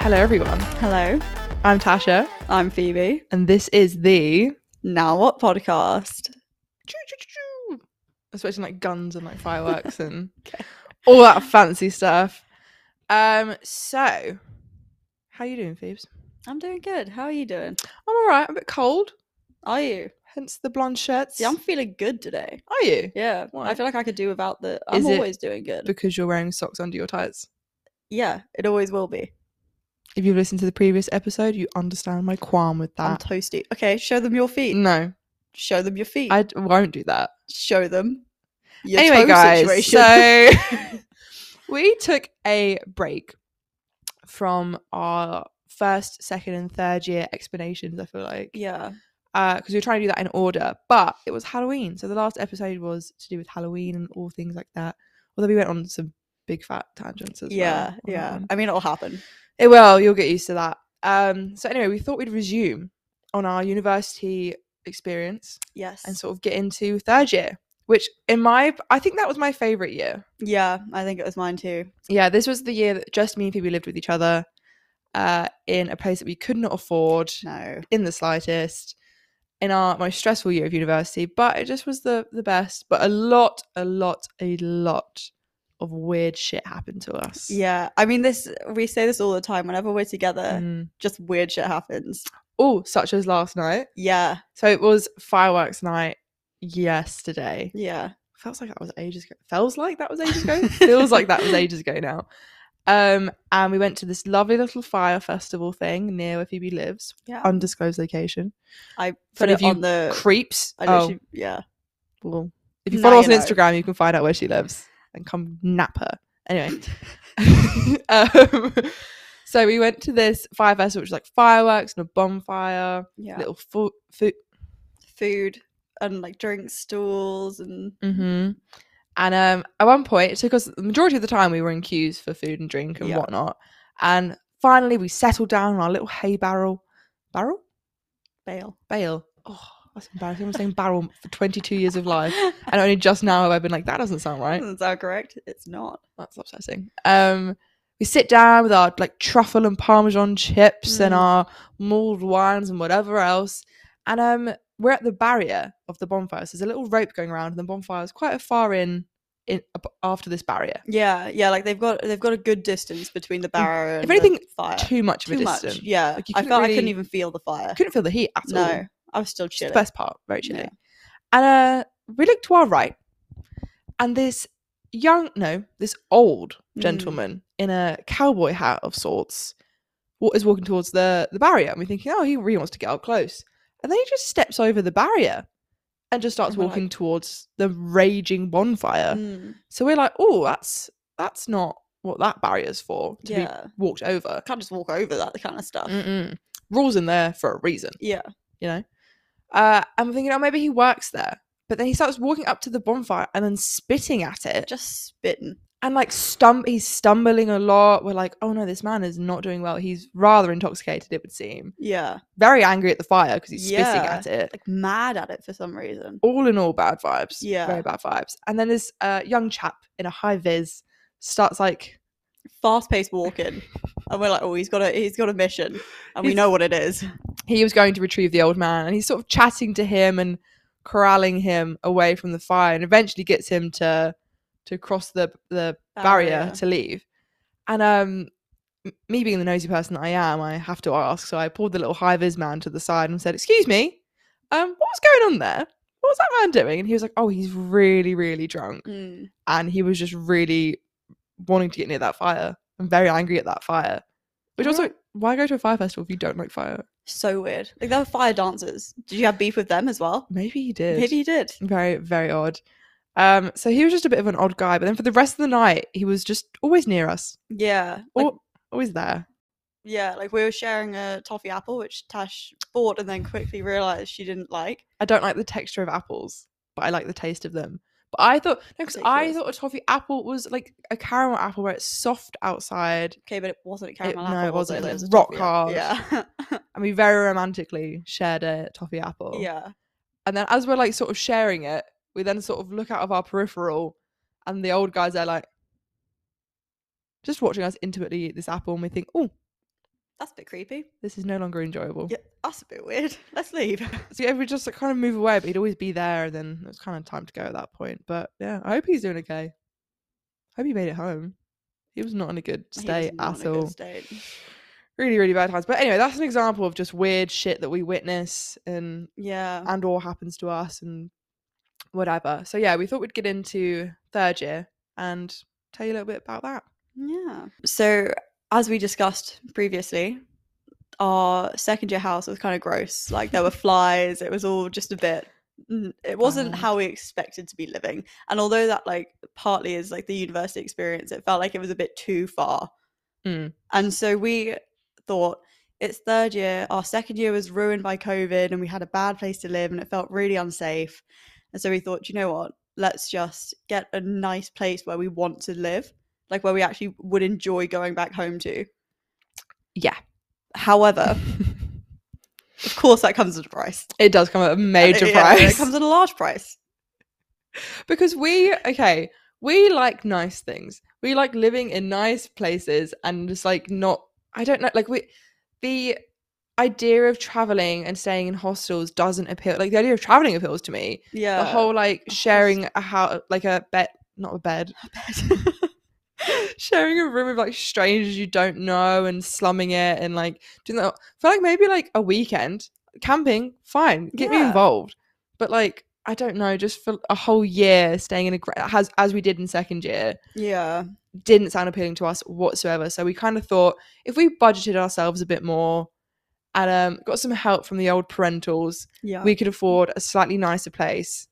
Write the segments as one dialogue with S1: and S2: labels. S1: Hello, everyone.
S2: Hello,
S1: I'm Tasha,
S2: I'm Phoebe.
S1: and this is the.
S2: Now what podcast?
S1: I was expecting like guns and like fireworks and all that fancy stuff. Um, so how you doing, Phoebes?
S2: I'm doing good. How are you doing?
S1: I'm all right. I'm a bit cold,
S2: Are you?
S1: hence the blonde shirts.
S2: See, I'm feeling good today.
S1: Are you?
S2: Yeah,
S1: Why?
S2: I feel like I could do without the. I'm
S1: Is it
S2: always doing good.
S1: Because you're wearing socks under your tights.
S2: yeah, it always will be.
S1: If you've listened to the previous episode, you understand my qualm with
S2: I'm
S1: that.
S2: toasty. Okay, show them your feet.
S1: no,
S2: Show them your feet.
S1: I d- won't do that.
S2: show them. Your
S1: anyway,
S2: toe
S1: guys,
S2: situation.
S1: so we took a break from our first, second, and third year explanations. I feel like
S2: yeah,
S1: because we were trying to do that in order, but it was Halloween, so the last episode was to do with Halloween and all things like that. Although we went on some big fat tangents as well.
S2: yeah,
S1: Mm-hmm. on that
S2: yeah.
S1: one.
S2: I mean, it'll happen.
S1: It will. You'll get used to that. Um, so anyway, we thought we'd resume on our university experience
S2: Yes.
S1: and sort of get into third year, which in my I think that was my favorite year.
S2: yeah, I think it was mine too.
S1: yeah, this was the year that just me and Phoebe lived with each other uh, in a place that we could not afford
S2: No.
S1: in the slightest in our most stressful year of university, but it just was the, the best. But a lot, a lot, a lot of weird shit happened to us.
S2: Yeah, I mean, this. We say this all the time. Whenever we're together,
S1: Mm.
S2: just weird shit happens.
S1: Oh, such as last night.
S2: Yeah,
S1: So it was fireworks night yesterday.
S2: yeah.
S1: Feels like that was ages ago. Feels like that was ages ago. Feels like that was ages ago now. Um, and we went to this lovely little fire festival thing near where Phoebe lives,
S2: Yeah.
S1: undisclosed location.
S2: I
S1: But
S2: put
S1: if
S2: it
S1: you
S2: on the.
S1: Creeps.
S2: I
S1: oh,
S2: literally, yeah.
S1: well, if you
S2: Now
S1: follow
S2: you
S1: us on
S2: know.
S1: Instagram, you can find out where she lives and come nap her. Anyway, um, so we went to this fire festival, which was like fireworks and a bonfire,
S2: Yeah.
S1: little food. Fo-
S2: Food and like drink stalls and
S1: Mm-hmm. And um, at one point, it took us the majority of the time we were in queues for food and drink and
S2: Yeah.
S1: whatnot. And finally, we settled down on our little hay barrel, barrel,
S2: bail.
S1: bale. Oh, that's embarrassing. I'm saying barrel for 22 years of life, and only just now have I been like, that doesn't sound right.
S2: Doesn't sound correct. It's not.
S1: That's upsetting. Um, we sit down with our like truffle and parmesan chips and
S2: Mm.
S1: our mulled wines and whatever else, and um, we're at the barrier of the bonfire. So there's a little rope going around, and the bonfire is quite far in, in ab- after this barrier.
S2: Yeah, yeah. Like they've got they've got a good distance between the barrier. And the
S1: anything,
S2: fire.
S1: Too much of
S2: Too
S1: a
S2: much.
S1: distance.
S2: Yeah,
S1: Like, you
S2: I
S1: couldn't
S2: felt I couldn't
S1: really-
S2: even feel the fire.
S1: I couldn't feel the heat at all.
S2: No, I was still
S1: It's the
S2: chilling.
S1: first part, very chilly.
S2: Yeah.
S1: And uh, we look to our right, and this young, no, this old
S2: Mm.
S1: gentleman in a cowboy hat of sorts wa- is walking towards the, the barrier. And we're thinking, oh, he really wants to get up close. And then he just steps over the barrier and just starts
S2: And we're like-
S1: walking towards the raging bonfire.
S2: Oh Mm,
S1: So we're like, oh, that's that's not what that barrier's for to be
S2: yeah,
S1: walked over.
S2: I can't just walk over that kind of stuff.
S1: Mm-mm. Rules in there for a reason
S2: Yeah,
S1: you know. Uh, I'm thinking, oh, maybe he works there. But then he starts walking up to the bonfire and then spitting at it,
S2: just spitting.
S1: and like stum, he's stumbling a lot. We're like, oh no, this man is not doing well. He's rather intoxicated, it would seem.
S2: Yeah,
S1: Very angry at the fire because he's spitting
S2: Yeah.
S1: at it.
S2: like mad at it for some reason.
S1: All in all, bad vibes.
S2: Yeah.
S1: very bad vibes. And then this uh, young chap in a high vis starts like,
S2: Fast paced walking, and we're like, oh, he's got a he's got a mission, and we
S1: He's-
S2: know what it is.
S1: he was going to retrieve the old man, and he's sort of chatting to him and corralling him away from the fire, and eventually gets him to to cross the the barrier
S2: Barrier.
S1: to leave. And um, m- me being the nosy person that I am, I have to ask. So I pulled the little high vis man to the side and said, "Excuse me, um, what was going on there? What was that man doing?" And he was like, "Oh, he's really, really drunk,
S2: Mm.
S1: and he was just really wanting to get near that fire. I'm very angry at that fire." Which
S2: Alright.
S1: also, why go to a fire festival if you don't like fire?
S2: So weird. Like they were fire dancers. Did you have beef with them as well?
S1: Maybe he did.
S2: Maybe you did.
S1: very very odd um so he was just a bit of an odd guy but then for the rest of the night he was just always near us
S2: Yeah. Like,
S1: al- always there
S2: yeah, like we were sharing a toffee apple, which Tash bought and then quickly realized she didn't like.
S1: i don't like the texture of apples but i like the taste of them but i thought no because i
S2: Ridiculous.
S1: thought a toffee apple was like a caramel apple where it's soft outside
S2: Okay, but it wasn't a caramel
S1: no,
S2: apple.
S1: it
S2: was
S1: wasn't. It
S2: It
S1: was
S2: a
S1: rock
S2: toffee apple.
S1: and we very romantically shared a toffee apple
S2: Yeah. yeah.
S1: and then as we're like sort of sharing it we then sort of look out of our peripheral and the old guys are like just watching us intimately eat this apple and we think oh
S2: That's a bit creepy.
S1: This is no longer enjoyable.
S2: Yeah, that's a bit weird. Let's leave.
S1: So yeah, we just like, kind of move away, but he'd always be there, and then it was kind of time to go at that point. But yeah, I hope he's doing okay. Hope he made it home. He was not in a good
S2: He was
S1: state
S2: not
S1: at
S2: in a good
S1: all.
S2: state.
S1: Really, really bad times. But anyway, that's an example of just weird shit that we witness and
S2: Yeah.
S1: and or happens to us and whatever. So yeah, we thought we'd get into third year and tell you a little bit about that.
S2: Yeah. So, as we discussed previously, our second year house was kind of gross. Like, there were flies. It was all just a bit. n- It wasn't
S1: Bad.
S2: how we expected to be living. And although that, like, partly is like the university experience, it felt like it was a bit too far.
S1: Mm.
S2: And so we thought it's third year. Our second year was ruined by COVID and we had a bad place to live and it felt really unsafe. And so we thought, "Do you know what? Let's just get a nice place where we want to live, like where we actually would enjoy going back home to.
S1: Yeah.
S2: However, of course, that comes at a price.
S1: It does come at a
S2: And
S1: major
S2: it- yeah,
S1: price.
S2: It comes at a large price.
S1: because we okay we like nice things we like living in nice places and just like not i don't know like we the idea of traveling and staying in hostels doesn't appeal like the idea of traveling appeals to me
S2: Yeah.
S1: the whole like
S2: a host-
S1: sharing a house like a bed not a bed sharing a room with like strangers you don't know and slumming it and like doing that I feel like maybe like a weekend camping fine get me
S2: Yeah.
S1: involved but like i don't know just for a whole year staying in a gra- as as we did in second year
S2: yeah.
S1: didn't sound appealing to us whatsoever so we kind of thought if we budgeted ourselves a bit more and um, got some help from the old parentals
S2: Yeah.
S1: we could afford a slightly nicer place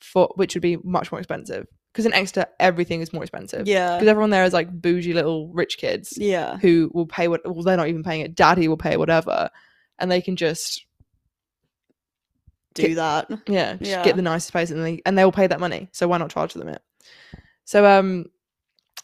S1: for which would be much more expensive because in exeter everything is more expensive
S2: yeah.
S1: because everyone there is like bougie little rich kids
S2: Yeah.
S1: who will pay what well they're not even paying it daddy will pay whatever and they can just
S2: Do that.
S1: yeah just
S2: Yeah.
S1: get the nicest place and they and they will pay that money so why not charge them it so um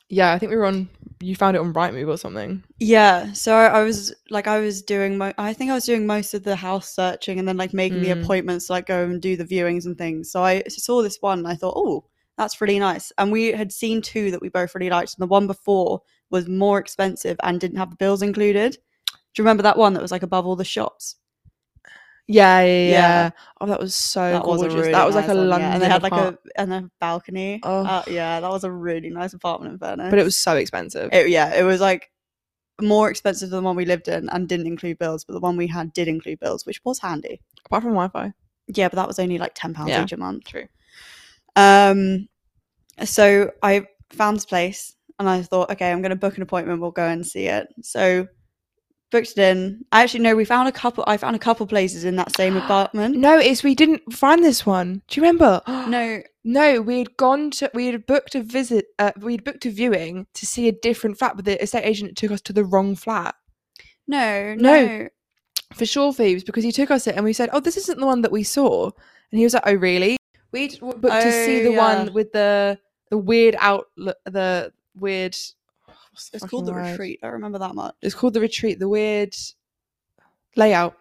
S1: yeah i think we were on you found it on rightmove or something
S2: Yeah, so I I was like, I was doing my, I think I was doing most of the house searching and then like making the
S1: Mm.
S2: appointments, to, like go and do the viewings and things. So I saw this one and I thought, oh, that's really nice. And we had seen two that we both really liked, and the one before was more expensive and didn't have the bills included. Do you remember that one that was like above all the shops?
S1: yeah yeah, yeah.
S2: Yeah.
S1: oh that was so
S2: that
S1: gorgeous
S2: was a really
S1: that was like
S2: nice
S1: a
S2: one,
S1: london
S2: yeah. and they had like
S1: apart-
S2: a and a balcony.
S1: Oh.
S2: Uh, yeah, that was a really nice apartment in Venice.
S1: but it was so expensive
S2: It, yeah, it was like more expensive than the one we lived in and didn't include bills, but the one we had did include bills, which was handy.
S1: apart from wi-fi
S2: Yeah, but that was only like ten pounds
S1: Yeah.
S2: each a month.
S1: True.
S2: Um, so I found this place and I thought, okay, I'm going to book an appointment. We'll go and see it. So booked it in. I actually no, we found a couple. I found a couple places in that same apartment.
S1: no it's we didn't find this one do you remember
S2: No,
S1: No, we had gone to we had booked a visit. Uh, we had booked a viewing to see a different flat, but the estate agent took us to the wrong flat
S2: no,
S1: No.
S2: no.
S1: for sure, Phoebes, because he took us it and we said, "Oh, this isn't the one that we saw," and he was like, "Oh, really?" We d- w- booked to see
S2: Oh,
S1: the
S2: yeah.
S1: one with the the weird outlook, the weird. what's
S2: It's called the
S1: fucking word?
S2: retreat. I remember that much.
S1: It's called the retreat. The weird layout.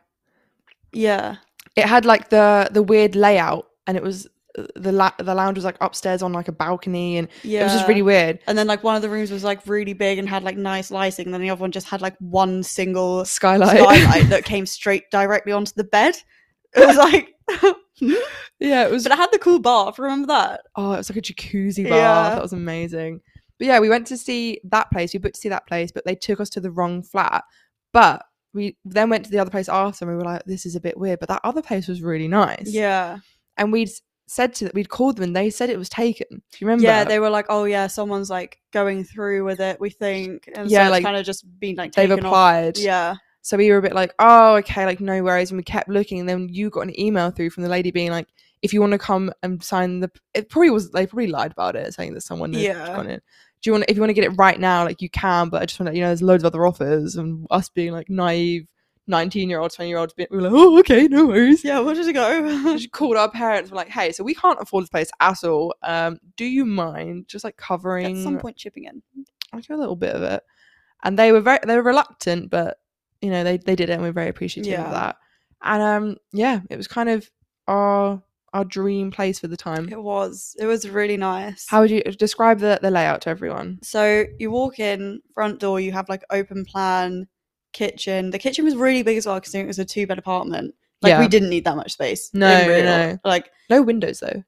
S2: Yeah,
S1: It had like the the weird layout, and it was uh, the la- the lounge was like upstairs on like a balcony, and
S2: yeah.
S1: it was just really weird.
S2: And then like one of the rooms was like really big and had like nice lighting, and then the other one just had like one single
S1: Skylight.
S2: skylight that came straight directly onto the bed. It was like,
S1: yeah, it was
S2: but it had the cool bath. Remember that?
S1: Oh, it was like a jacuzzi bath.
S2: Yeah.
S1: That was amazing. But yeah, we went to see that place. We booked to see that place, but they took us to the wrong flat. But we then went to the other place after, and we were like, "This is a bit weird." But that other place was really nice.
S2: Yeah,
S1: And we'd s- said to that we'd called them, and they said it was taken. Do you remember?
S2: yeah. They were like, oh yeah, someone's like going through with it. We think, and
S1: Yeah,
S2: so
S1: like,
S2: it's kind of just been like
S1: They've
S2: taken off.
S1: applied.
S2: Yeah,
S1: So we were a bit like, "Oh, okay, like no worries." And we kept looking, and then you got an email through from the lady being like, "If you want to come and sign the," it probably was they probably lied about it, saying that someone had
S2: Yeah.
S1: gone in. Do you want if you want to get it right now, like you can, but I just want to, you know, there's loads of other offers, and us being like naive, nineteen year old, twenty year olds, we were like, "Oh, okay, no worries."
S2: yeah. Where did it go?
S1: We just called our parents. We're like, "Hey, so we can't afford this place at all. Um, do you mind just like
S2: At
S1: covering
S2: some point, chipping in.
S1: like a little bit of it. And they were very they were reluctant, but you know, they they did it and we're very appreciative
S2: Yeah.
S1: of that. And um yeah, it was kind of our our dream place for the time.
S2: It was. It was really nice.
S1: How would you describe the, the layout to everyone?
S2: So you walk in, front door, you have like open plan kitchen. The kitchen was really big as well because it was a two bed apartment. Like
S1: Yeah.
S2: we didn't need that much space. in
S1: No, no,
S2: real.
S1: no.
S2: Like
S1: No windows though.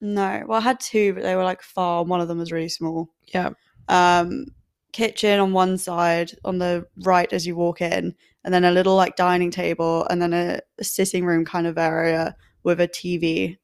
S2: no. Well, I had two, but they were like far. and One of them was really small.
S1: Yeah.
S2: Um, kitchen on one side, on the right as you walk in, and then a little like dining table, and then a, a sitting room kind of area with a TV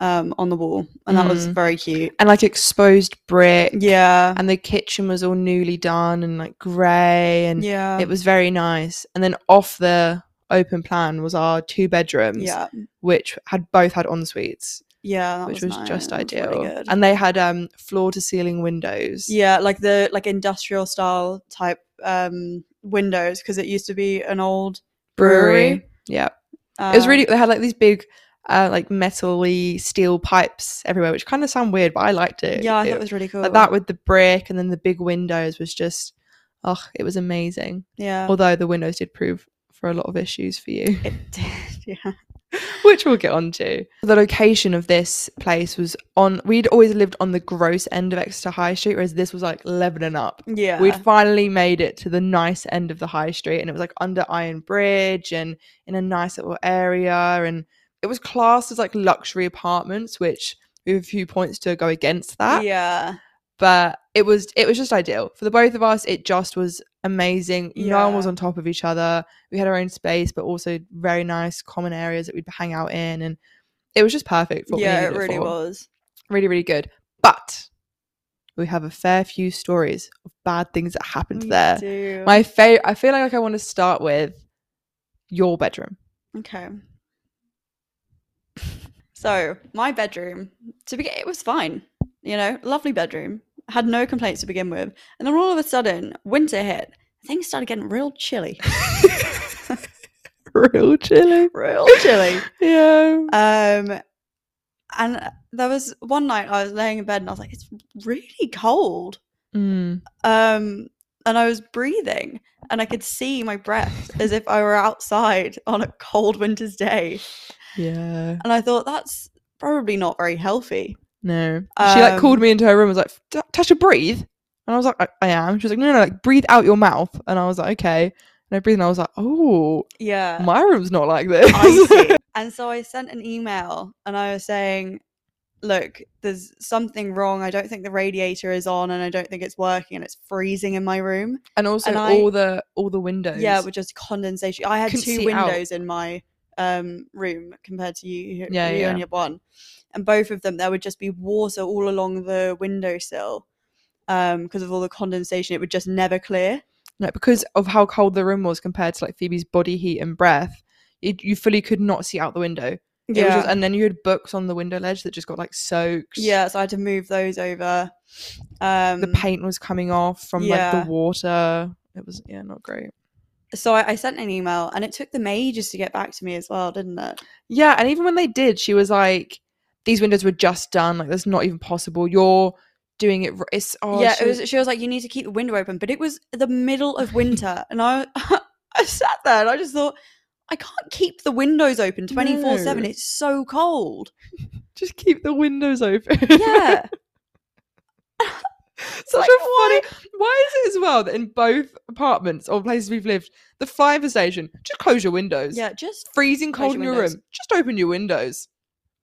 S2: um, on the wall, and that was
S1: Mm.
S2: very cute.
S1: And like exposed brick.
S2: Yeah.
S1: And the kitchen was all newly done and like grey and
S2: Yeah.
S1: it was very nice. And then off the open plan was our two bedrooms,
S2: yeah.
S1: which had both had en suites,
S2: Yeah. that
S1: which was,
S2: nice,
S1: just
S2: that was really
S1: ideal.
S2: good.
S1: and they had um floor to ceiling windows.
S2: Yeah, like the like industrial style type um windows because it used to be an old brewery.
S1: Yeah.
S2: Uh,
S1: it was really they had like these big uh like metally steel pipes everywhere, which kind of sound weird, but I liked it.
S2: yeah, I thought it was really cool.
S1: like that with the brick and then the big windows was just oh, it was amazing.
S2: yeah,
S1: Although the windows did prove for a lot of issues for you.
S2: it did. Yeah,
S1: which we'll get on to. The location of this place was on, we'd always lived on the gross end of Exeter High Street, whereas this was like Lebanon up.
S2: yeah,
S1: We'd finally made it to the nice end of the high street, and it was like under Iron Bridge and in a nice little area. And it was classed as like luxury apartments, which we have a few points to go against that.
S2: yeah,
S1: But it was it was just ideal for the both of us. It just was amazing. No one was
S2: Yeah.
S1: on top of each other. We had our own space, but also very nice common areas that we'd hang out in, and it was just perfect. For what we
S2: yeah. It
S1: needed
S2: really
S1: for.
S2: was.
S1: really really good. But we have a fair few stories of bad things that happened
S2: Me
S1: there.
S2: too.
S1: My favorite. I feel like I want to start with your bedroom.
S2: okay. So my bedroom, to begin, it was fine. You know, lovely bedroom. Had no complaints to begin with, and then all of a sudden, winter hit. Things started getting real chilly.
S1: Real chilling.
S2: real chilly.
S1: Yeah.
S2: Um, and there was one night I was laying in bed and I was like, it's really cold.
S1: Mm.
S2: Um, and I was breathing and I could see my breath as if I were outside on a cold winter's day.
S1: Yeah.
S2: And I thought, that's probably not very healthy.
S1: No. she like called
S2: Um,
S1: me into her room and was like, "T- Tasha, breathe. And I was like, I, I am. She was like, no, no, like breathe out your mouth. And I was like, okay. And I breathed and I was like, oh,
S2: Yeah.
S1: my room's not like this.
S2: Uh, I see. and so I sent an email and I was saying, look, there's something wrong. I don't think the radiator is on and I don't think it's working and it's freezing in my room.
S1: and also
S2: And I-
S1: all the all the windows.
S2: Yeah, with just condensation. I had
S1: Couldn't
S2: two
S1: see out.
S2: windows in my um room compared to you.
S1: Yeah,
S2: Yeah, you
S1: yeah.
S2: only had one, and both of them there would just be water all along the windowsill um because of all the condensation. It would just never clear.
S1: like because of how cold the room was compared to like Phoebe's body heat and breath. It, you fully could not see out the window. It was just, and then you had books on the window ledge that just got like soaked.
S2: yeah. So I had to move those over. Um,
S1: The paint was coming off from like
S2: yeah.
S1: the water. It was yeah, not great.
S2: so I, I sent an email, and it took them ages to get back to me as well, didn't it?
S1: Yeah, and even when they did, she was like, "These windows were just done. Like, that's not even possible. You're doing it. r- It's oh,
S2: yeah,
S1: she
S2: it was. She was like, "You need to keep the window open," but it was the middle of winter, and I, I sat there and I just thought, I can't keep the windows open twenty four seven.
S1: No.
S2: It's so cold.
S1: just keep the windows open.
S2: Yeah,
S1: such
S2: like,
S1: a funny. Why is it as well that in both apartments or places we've lived, the fire station just close your windows.
S2: yeah, just
S1: freezing
S2: Close
S1: cold in
S2: your
S1: your
S2: windows.
S1: room, just open your windows.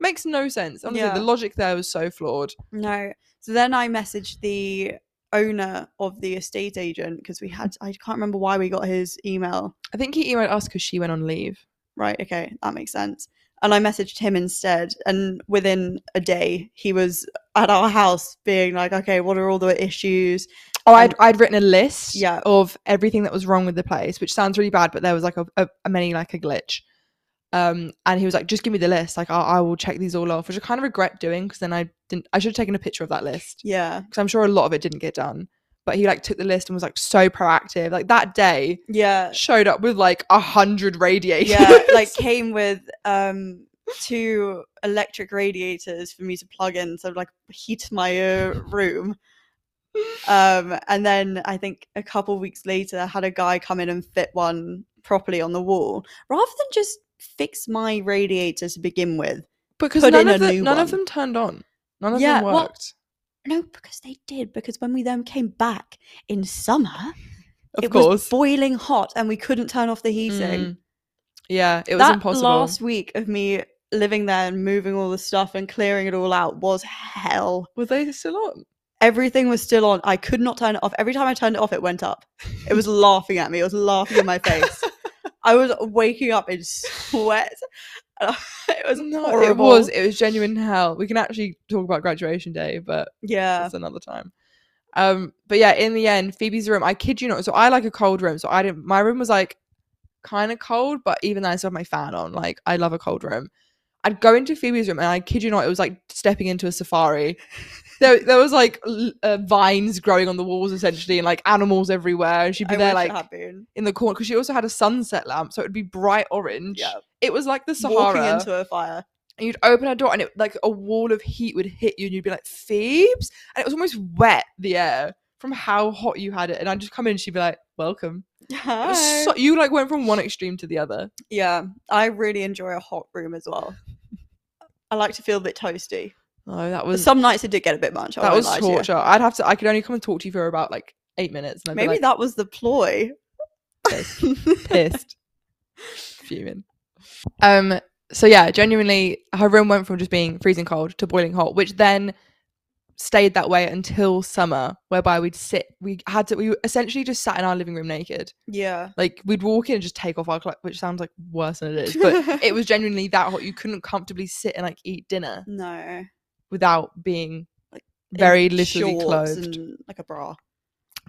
S1: Makes no sense. Honestly,
S2: Yeah.
S1: the logic there was so flawed.
S2: no. So then I messaged the owner of the estate agent because we had. I can't remember why we got his email.
S1: I think he emailed us because she went on leave.
S2: Right. Okay, that makes sense. And I messaged him instead, and within a day, he was at our house being like, "Okay, what are all the issues?"
S1: Oh,
S2: And-
S1: I'd, I'd written a list
S2: Yeah.
S1: of everything that was wrong with the place, which sounds really bad, but there was like a, a, a many like a glitch. Um, and he was like, "Just give me the list. Like, I, I will check these all off," which I kind of regret doing because then I didn't. I should have taken a picture of that list
S2: Yeah.
S1: because I'm sure a lot of it didn't get done. But he like took the list and was like so proactive. Like that day,
S2: Yeah.
S1: showed up with like a hundred radiators.
S2: yeah like came with um two electric radiators for me to plug in so like heat my uh, room um and then i think a couple weeks later I had a guy come in and fit one properly on the wall rather than just fix my radiator to begin with
S1: because
S2: put
S1: none of
S2: in a
S1: the,
S2: new
S1: none of
S2: one.
S1: them turned on. None of
S2: Yeah,
S1: them
S2: well,
S1: worked.
S2: no because they did because when we then came back in summer
S1: Of
S2: it was
S1: course.
S2: boiling hot and we couldn't turn off the heating.
S1: Mm. Yeah, it was
S2: that
S1: impossible.
S2: last week of me living there and moving all the stuff and clearing it all out was hell.
S1: Were they still on?
S2: Everything was still on. I could not turn it off. Every time I turned it off, it went up. It was laughing at me. It was laughing in my face. I was waking up in sweat. And I- It was
S1: No,
S2: horrible.
S1: it was. It was genuine hell. We can actually talk about graduation day, but
S2: Yeah.
S1: that's another time. Um, but yeah, in the end, Phoebe's room. I kid you not. So I like a cold room. So I didn't. My room was like kind of cold, but even then, I still have my fan on. Like I love a cold room. I'd go into Phoebe's room, and I kid you not, it was like stepping into a safari. there, there was like l- uh, vines growing on the walls, essentially, and like animals everywhere. And she'd be
S2: I
S1: there,
S2: wish it
S1: like
S2: had been.
S1: in the corner, because she also had a sunset lamp, so it would be bright orange.
S2: Yeah.
S1: It was like the
S2: Walking
S1: Sahara
S2: into a fire.
S1: and you'd open her door and it like a wall of heat would hit you and you'd be like phoebes and it was almost wet the air from how hot you had it and i'd just come in and she'd be like welcome It was
S2: Hi.
S1: so- you like went from one extreme to the other
S2: yeah. I really enjoy a hot room as well. I like to feel a bit toasty.
S1: oh that
S2: But
S1: was
S2: Some nights it did get a bit much. I
S1: that
S2: won't
S1: was
S2: lie to you.
S1: torture i'd have to i could only come and talk to you for about like eight minutes and I'd
S2: Maybe
S1: be like,
S2: that was the ploy.
S1: pissed, pissed fuming um so yeah genuinely her room went from just being freezing cold to boiling hot which then stayed that way until summer whereby we'd sit we had to we essentially just sat in our living room naked
S2: yeah.
S1: Like we'd walk in and just take off our clothes, which sounds like worse than it is. But it was genuinely that hot. You couldn't comfortably sit and like eat dinner
S2: no.
S1: without being
S2: Like,
S1: very
S2: in
S1: literally
S2: shorts
S1: clothed,
S2: and like a bra.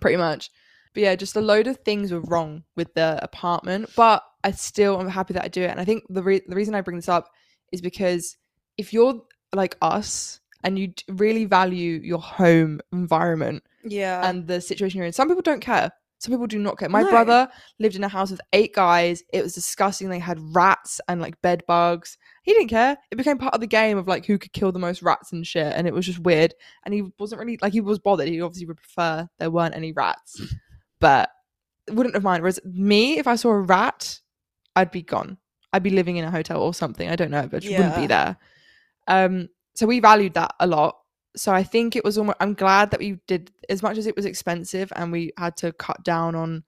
S1: pretty much. But yeah, just a load of things were wrong with the apartment. But I still am happy that I do it. And I think the re- the reason I bring this up is because if you're like us and you d- really value your home environment,
S2: Yeah.
S1: and the situation you're in. Some people don't care. Some people do not care. My
S2: No.
S1: brother lived in a house with eight guys. It was disgusting. They had rats and like bed bugs. He didn't care. It became part of the game of like who could kill the most rats and shit. And it was just weird. And he wasn't really like he was bothered. He obviously would prefer there weren't any rats, but wouldn't have mind. Whereas me, if I saw a rat, I'd be gone. I'd be living in a hotel or something. I don't know, but just wouldn't be
S2: Yeah.
S1: there. Um, so we valued that a lot. So I think it was almost. I'm glad that we did as much as it was expensive and we had to cut down on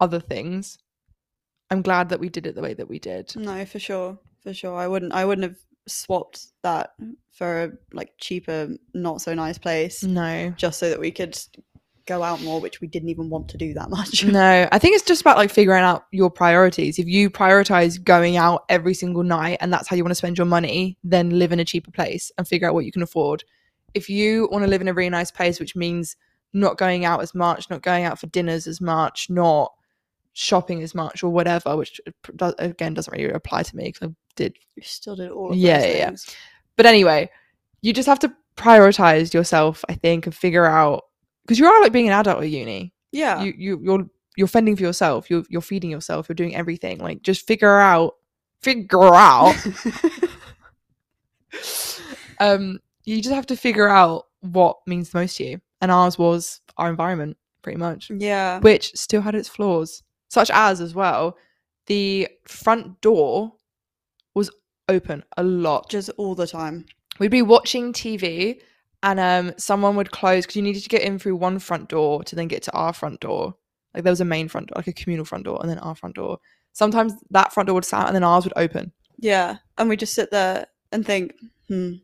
S1: other things. I'm glad that we did it the way that we did.
S2: no, for sure. For sure. I wouldn't I wouldn't have swapped that for a like cheaper, not so nice
S1: Mm.
S2: place
S1: No,
S2: just so that we could go out more, which we didn't even want to do that much.
S1: no. I think it's just about like figuring out your priorities. If you prioritize going out every single night and that's how you want to spend your money, then live in a cheaper place and figure out what you can afford. If you want to live in a really nice place, which means not going out as much, not going out for dinners as much, not shopping as much or whatever, which p- does, again doesn't really apply to me because I did
S2: We still did all of
S1: Yeah,
S2: those
S1: yeah, yeah.
S2: things.
S1: But anyway, you just have to prioritize yourself, I think, and figure out because you are like being an adult at uni.
S2: Yeah.
S1: You you you're you're fending for yourself. You're you're feeding yourself. You're doing everything. Like just figure out figure out. um, you just have to figure out what means the most to you. And ours was our environment, pretty much
S2: yeah.
S1: which still had its flaws, such as, as well, the front door was open a lot.
S2: Just all the time.
S1: We'd be watching TV and um, someone would close because you needed to get in through one front door to then get to our front door. Like there was a main front door, like a communal front door, and then our front door. Sometimes that front door would slam and then ours would open.
S2: Yeah. And we just sit there and think, hmm,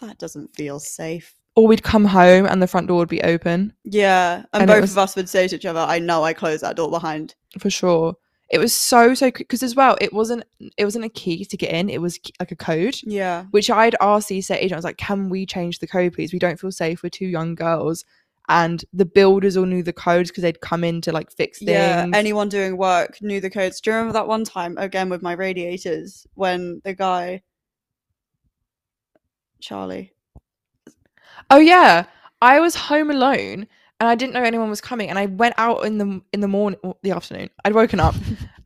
S2: that doesn't feel safe.
S1: Or we'd come home and the front door would be open
S2: Yeah. And,
S1: And it
S2: both
S1: was-
S2: of us would say to each other, I know I closed that door behind.
S1: for sure. It was so so because as well it wasn't it wasn't a key to get in. It was like a code.
S2: Yeah.
S1: which I'd asked the estate agent, I was like, can we change the code, please? We don't feel safe. We're two young girls. And the builders all knew the codes because they'd come in to like fix things.
S2: Yeah. Anyone doing work knew the codes. Do you remember that one time, again, with my radiators, when the guy, Charlie,
S1: oh yeah. I was home alone and I didn't know anyone was coming. And I went out in the in the morning the afternoon. I'd woken up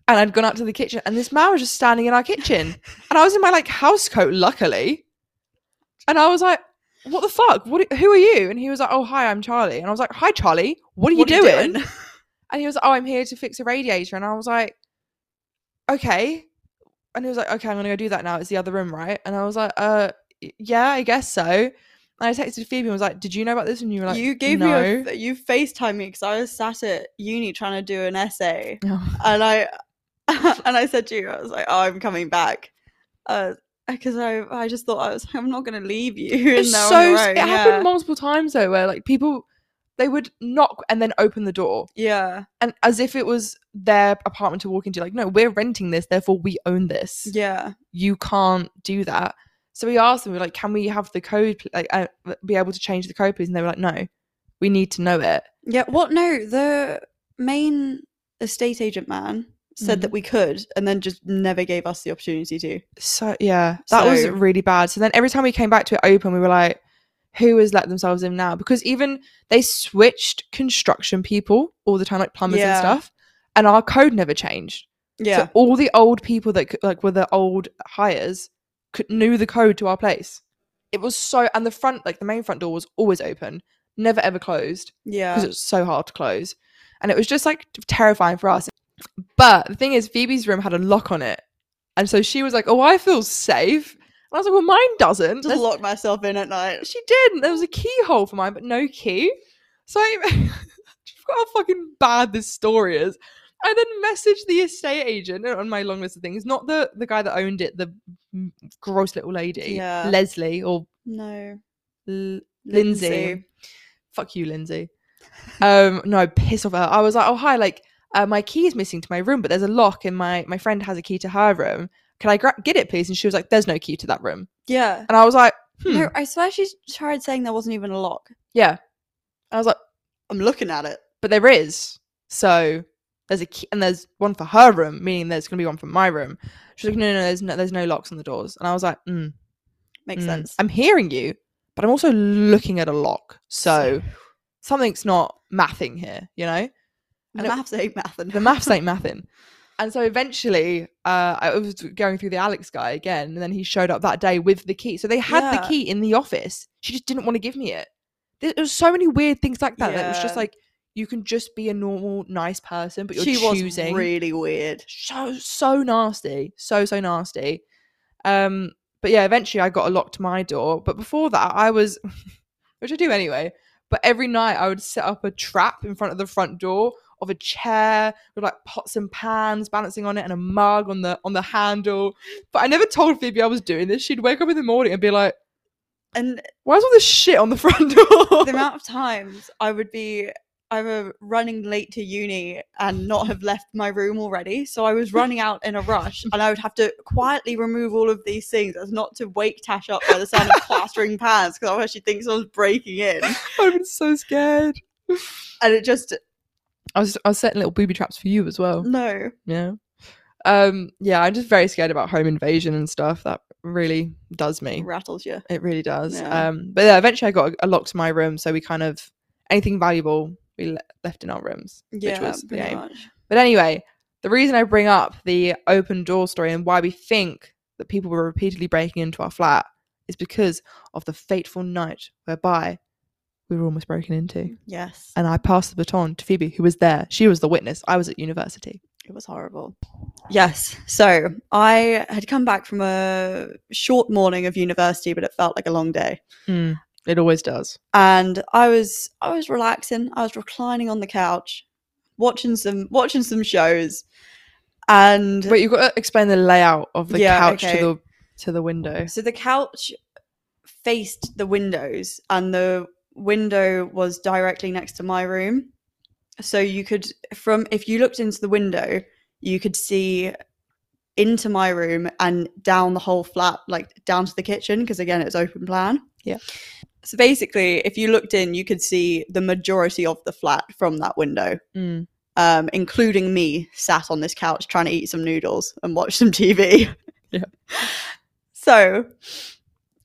S1: and I'd gone out to the kitchen and this man was just standing in our kitchen. and I was in my like house coat, luckily. And I was like, what the fuck? What, who are you? And he was like, oh, hi, I'm Charlie. And I was like, hi, Charlie. What are you
S2: What
S1: doing? And he was like, Oh, I'm here to fix a radiator. And I was like, Okay. And he was like, Okay, I'm gonna go do that now. It's the other room, right? And I was like, Uh y- yeah, I guess so. I texted Phoebe and was like, "Did you know about this?" And you were like,
S2: you gave
S1: no.
S2: me a, f- you FaceTime me because I was sat at uni trying to do an essay,
S1: Oh.
S2: and I and I said to you, I was like, "Oh, I'm coming back," because I I just thought I was I'm not going to leave you.
S1: It's
S2: and
S1: so
S2: now I'm on your
S1: s-
S2: own.
S1: it
S2: yeah.
S1: happened multiple times though, where like people they would knock and then open the door,
S2: yeah,
S1: and as if it was their apartment to walk into. Like, no, we're renting this, therefore we own this.
S2: yeah,
S1: You can't do that. So we asked them, we were like, "Can we have the code? pl- Like, uh, be able to change the code, please?" And they were like, "No, we need to know it."
S2: yeah. What? No, the main estate agent man said
S1: Mm-hmm.
S2: that we could, and then just never gave us the opportunity to.
S1: So yeah, that was
S2: So-
S1: really bad. So then every time we came back to it open, we were like, who has let themselves in now? Because even they switched construction people all the time, like plumbers and
S2: Yeah.
S1: stuff, and our code never changed.
S2: Yeah,
S1: So all the old people that c- like were the old hires could knew the code to our place. It was so and the front like the main front door was always open, never ever closed because
S2: yeah,
S1: it's so hard to close. And it was just like terrifying for us. But the thing is, Phoebe's room had a lock on it. And so she was like, Oh, I feel safe. And I was like, Well, mine doesn't.
S2: just locked myself in at night.
S1: She did. And there was a keyhole for mine, but no key. So I just forgot how fucking bad this story is. I then messaged the estate agent and on my long list of things, not the, the guy that owned it, the m- gross little lady,
S2: Yeah.
S1: Leslie or
S2: No,
S1: L- Lindsay. Fuck you, Lindsay. Um, no, piss off her. I was like, oh hi, like uh, my key is missing to my room, but there's a lock, and my my friend has a key to her room. Can I gra- get it, please? And she was like, there's no key to that room,
S2: Yeah.
S1: and I was like, hmm.
S2: No, I swear she tried saying there wasn't even a lock.
S1: yeah. I was like,
S2: I'm looking at it.
S1: but there is. So there's a key, and there's one for her room, meaning there's gonna be one for my room. She was like, no, no, no, there's no, there's no locks on the doors, and I was like, mm,
S2: Makes
S1: mm.
S2: sense.
S1: I'm hearing you, but I'm also looking at a lock, so something's not mathing here, you know.
S2: The
S1: and it-
S2: maths ain't math.
S1: the maths ain't mathin. And so eventually, uh, I was going through the Alex guy again, and then he showed up that day with the key. So they had the
S2: Yeah.
S1: key in the office. She just didn't want to give me it. There there was so many weird things like that. that it was just
S2: Yeah.
S1: like you can just be a normal, nice person, but you're
S2: she
S1: choosing
S2: was really weird.
S1: so so nasty, so so nasty. Um, but yeah, eventually I got a lock to my door. But before that, I was, which I do anyway. But every night I would set up a trap in front of the front door of a chair with like pots and pans balancing on it and a mug on the on the handle. But I never told Phoebe I was doing this. She'd wake up in the morning and be like,
S2: And
S1: "Why is all this shit on the front door?"
S2: the amount of times I would be either running late to uni and not have left my room already. So I was running out in a rush and I would have to quietly remove all of these things as not to wake Tash up by the sound of plastering pans because otherwise she thinks I was breaking in.
S1: I've been so scared.
S2: And it just
S1: I was I was setting little booby traps for you as well.
S2: no.
S1: Yeah. Um, yeah, I'm just very scared about home invasion and stuff. That really does me.
S2: Rattles you.
S1: It really does.
S2: Yeah.
S1: Um, but yeah, eventually I got a, a lock to my room, so we kind of anything valuable we le- left in our rooms,
S2: Yeah.
S1: which was the
S2: pretty
S1: aim.
S2: much.
S1: But anyway, the reason I bring up the open door story and why we think that people were repeatedly breaking into our flat is because of the fateful night whereby we were almost broken into.
S2: Mm. Yes.
S1: And I passed the baton to Phoebe, who was there. She was the witness. I was at university.
S2: It was horrible. Yes. So I had come back from a short morning of university, but it felt like a long day.
S1: It always does.
S2: And I was I was relaxing. I was reclining on the couch, watching some watching some shows. And
S1: Wait, you've got to explain the layout of the
S2: Yeah,
S1: couch
S2: okay.
S1: to the to the window.
S2: so the couch faced the windows, and the window was directly next to my room. So you could from if you looked into the window, you could see into my room and down the whole flat, like down to the kitchen, because again, it's open plan.
S1: Yeah.
S2: So basically, if you looked in, you could see the majority of the flat from that window,
S1: Mm.
S2: um, including me sat on this couch trying to eat some noodles and watch some TV.
S1: Yeah.
S2: So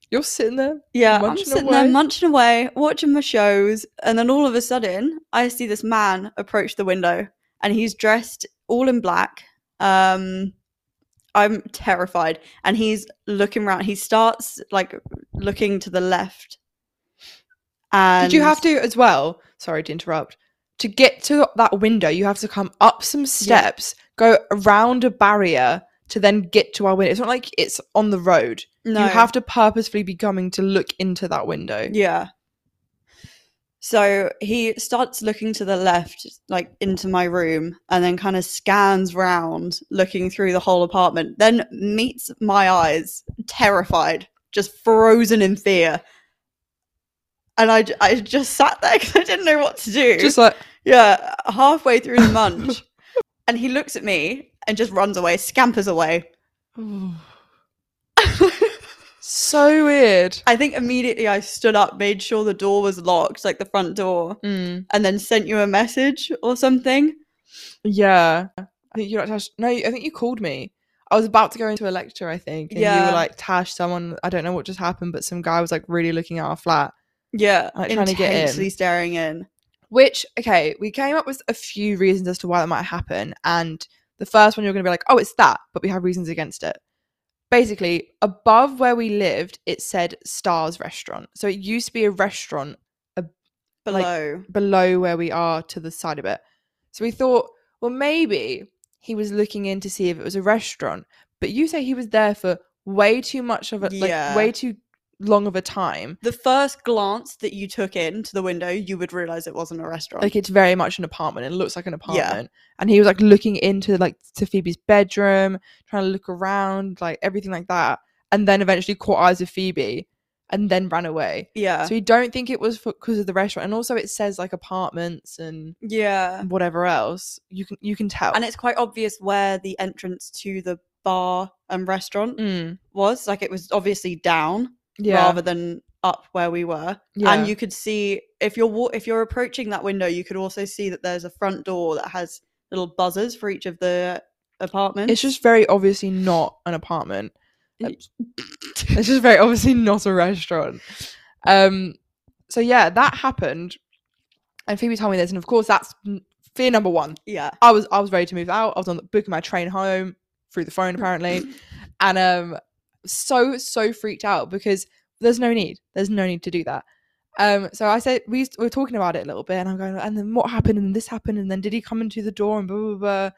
S1: You're sitting there.
S2: yeah,
S1: Munching
S2: I'm sitting
S1: away.
S2: there munching away, watching my shows, and then all of a sudden, I see this man approach the window, and he's dressed all in black. Um, I'm terrified, and he's looking around. He starts like looking to the left. And
S1: Did you have to as well? Sorry to interrupt. To get to that window, you have to come up some steps, go around a barrier to then get to our window. It's not like it's on the road.
S2: No.
S1: You have to purposefully be coming to look into that window.
S2: Yeah. So he starts looking to the left, like into my room, and then kind of scans round, looking through the whole apartment, then meets my eyes, terrified, just frozen in fear. And I, j- I just sat there because I didn't know what to do.
S1: Just like
S2: yeah, halfway through the munch. and he looks at me and just runs away, scampers away.
S1: so weird.
S2: I think immediately I stood up, made sure the door was locked, like the front door.
S1: Mm,
S2: and then sent you a message or something.
S1: yeah. I think you like Tash. No, I think you called me. I was about to go into a lecture, I think. And you
S2: Yeah.
S1: were like, Tash, someone, I don't know what just happened, but some guy was like really looking at our flat.
S2: Yeah,
S1: Like, trying to get in.
S2: intensely staring in.
S1: Which, okay, we came up with a few reasons as to why that might happen. And the first one you're going to be like, oh, it's that, but we have reasons against it. Basically, above where we lived, it said Stars Restaurant. So it used to be a restaurant Like-
S2: Below,
S1: below where we are to the side of it. So we thought, well, maybe he was looking in to see if it was a restaurant. But you say he was there for way too much of a, like,
S2: Yeah.
S1: way too long of a time.
S2: the first glance that you took into the window, you would realize it wasn't a restaurant.
S1: like it's very much an apartment. It looks like an apartment. And he was like looking into like to Phoebe's bedroom, trying to look around, like everything like that. And then eventually caught eyes of Phoebe and then ran away.
S2: yeah,
S1: So you don't think it was because of the restaurant. And also it says like apartments and
S2: yeah,
S1: whatever else. You can you can tell.
S2: and it's quite obvious where the entrance to the bar and restaurant
S1: Mm,
S2: was. Like it was obviously down
S1: yeah.
S2: rather than up where we were,
S1: yeah.
S2: and you could see if you're wa- if you're approaching that window, you could also see that there's a front door that has little buzzers for each of the apartments.
S1: it's just very obviously not an apartment.
S2: Y-
S1: It's just very obviously not a restaurant. Um, so yeah, that happened, and Phoebe told me this, and of course that's n- fear number one.
S2: yeah.
S1: I was I was ready to move out. I was on the, booking my train home through the phone apparently, and um, so so freaked out because there's no need. There's no need to do that. Um, so I said we, used- we were talking about it a little bit, and I'm going, and then what happened, and this happened, and then did he come into the door, and blah blah blah,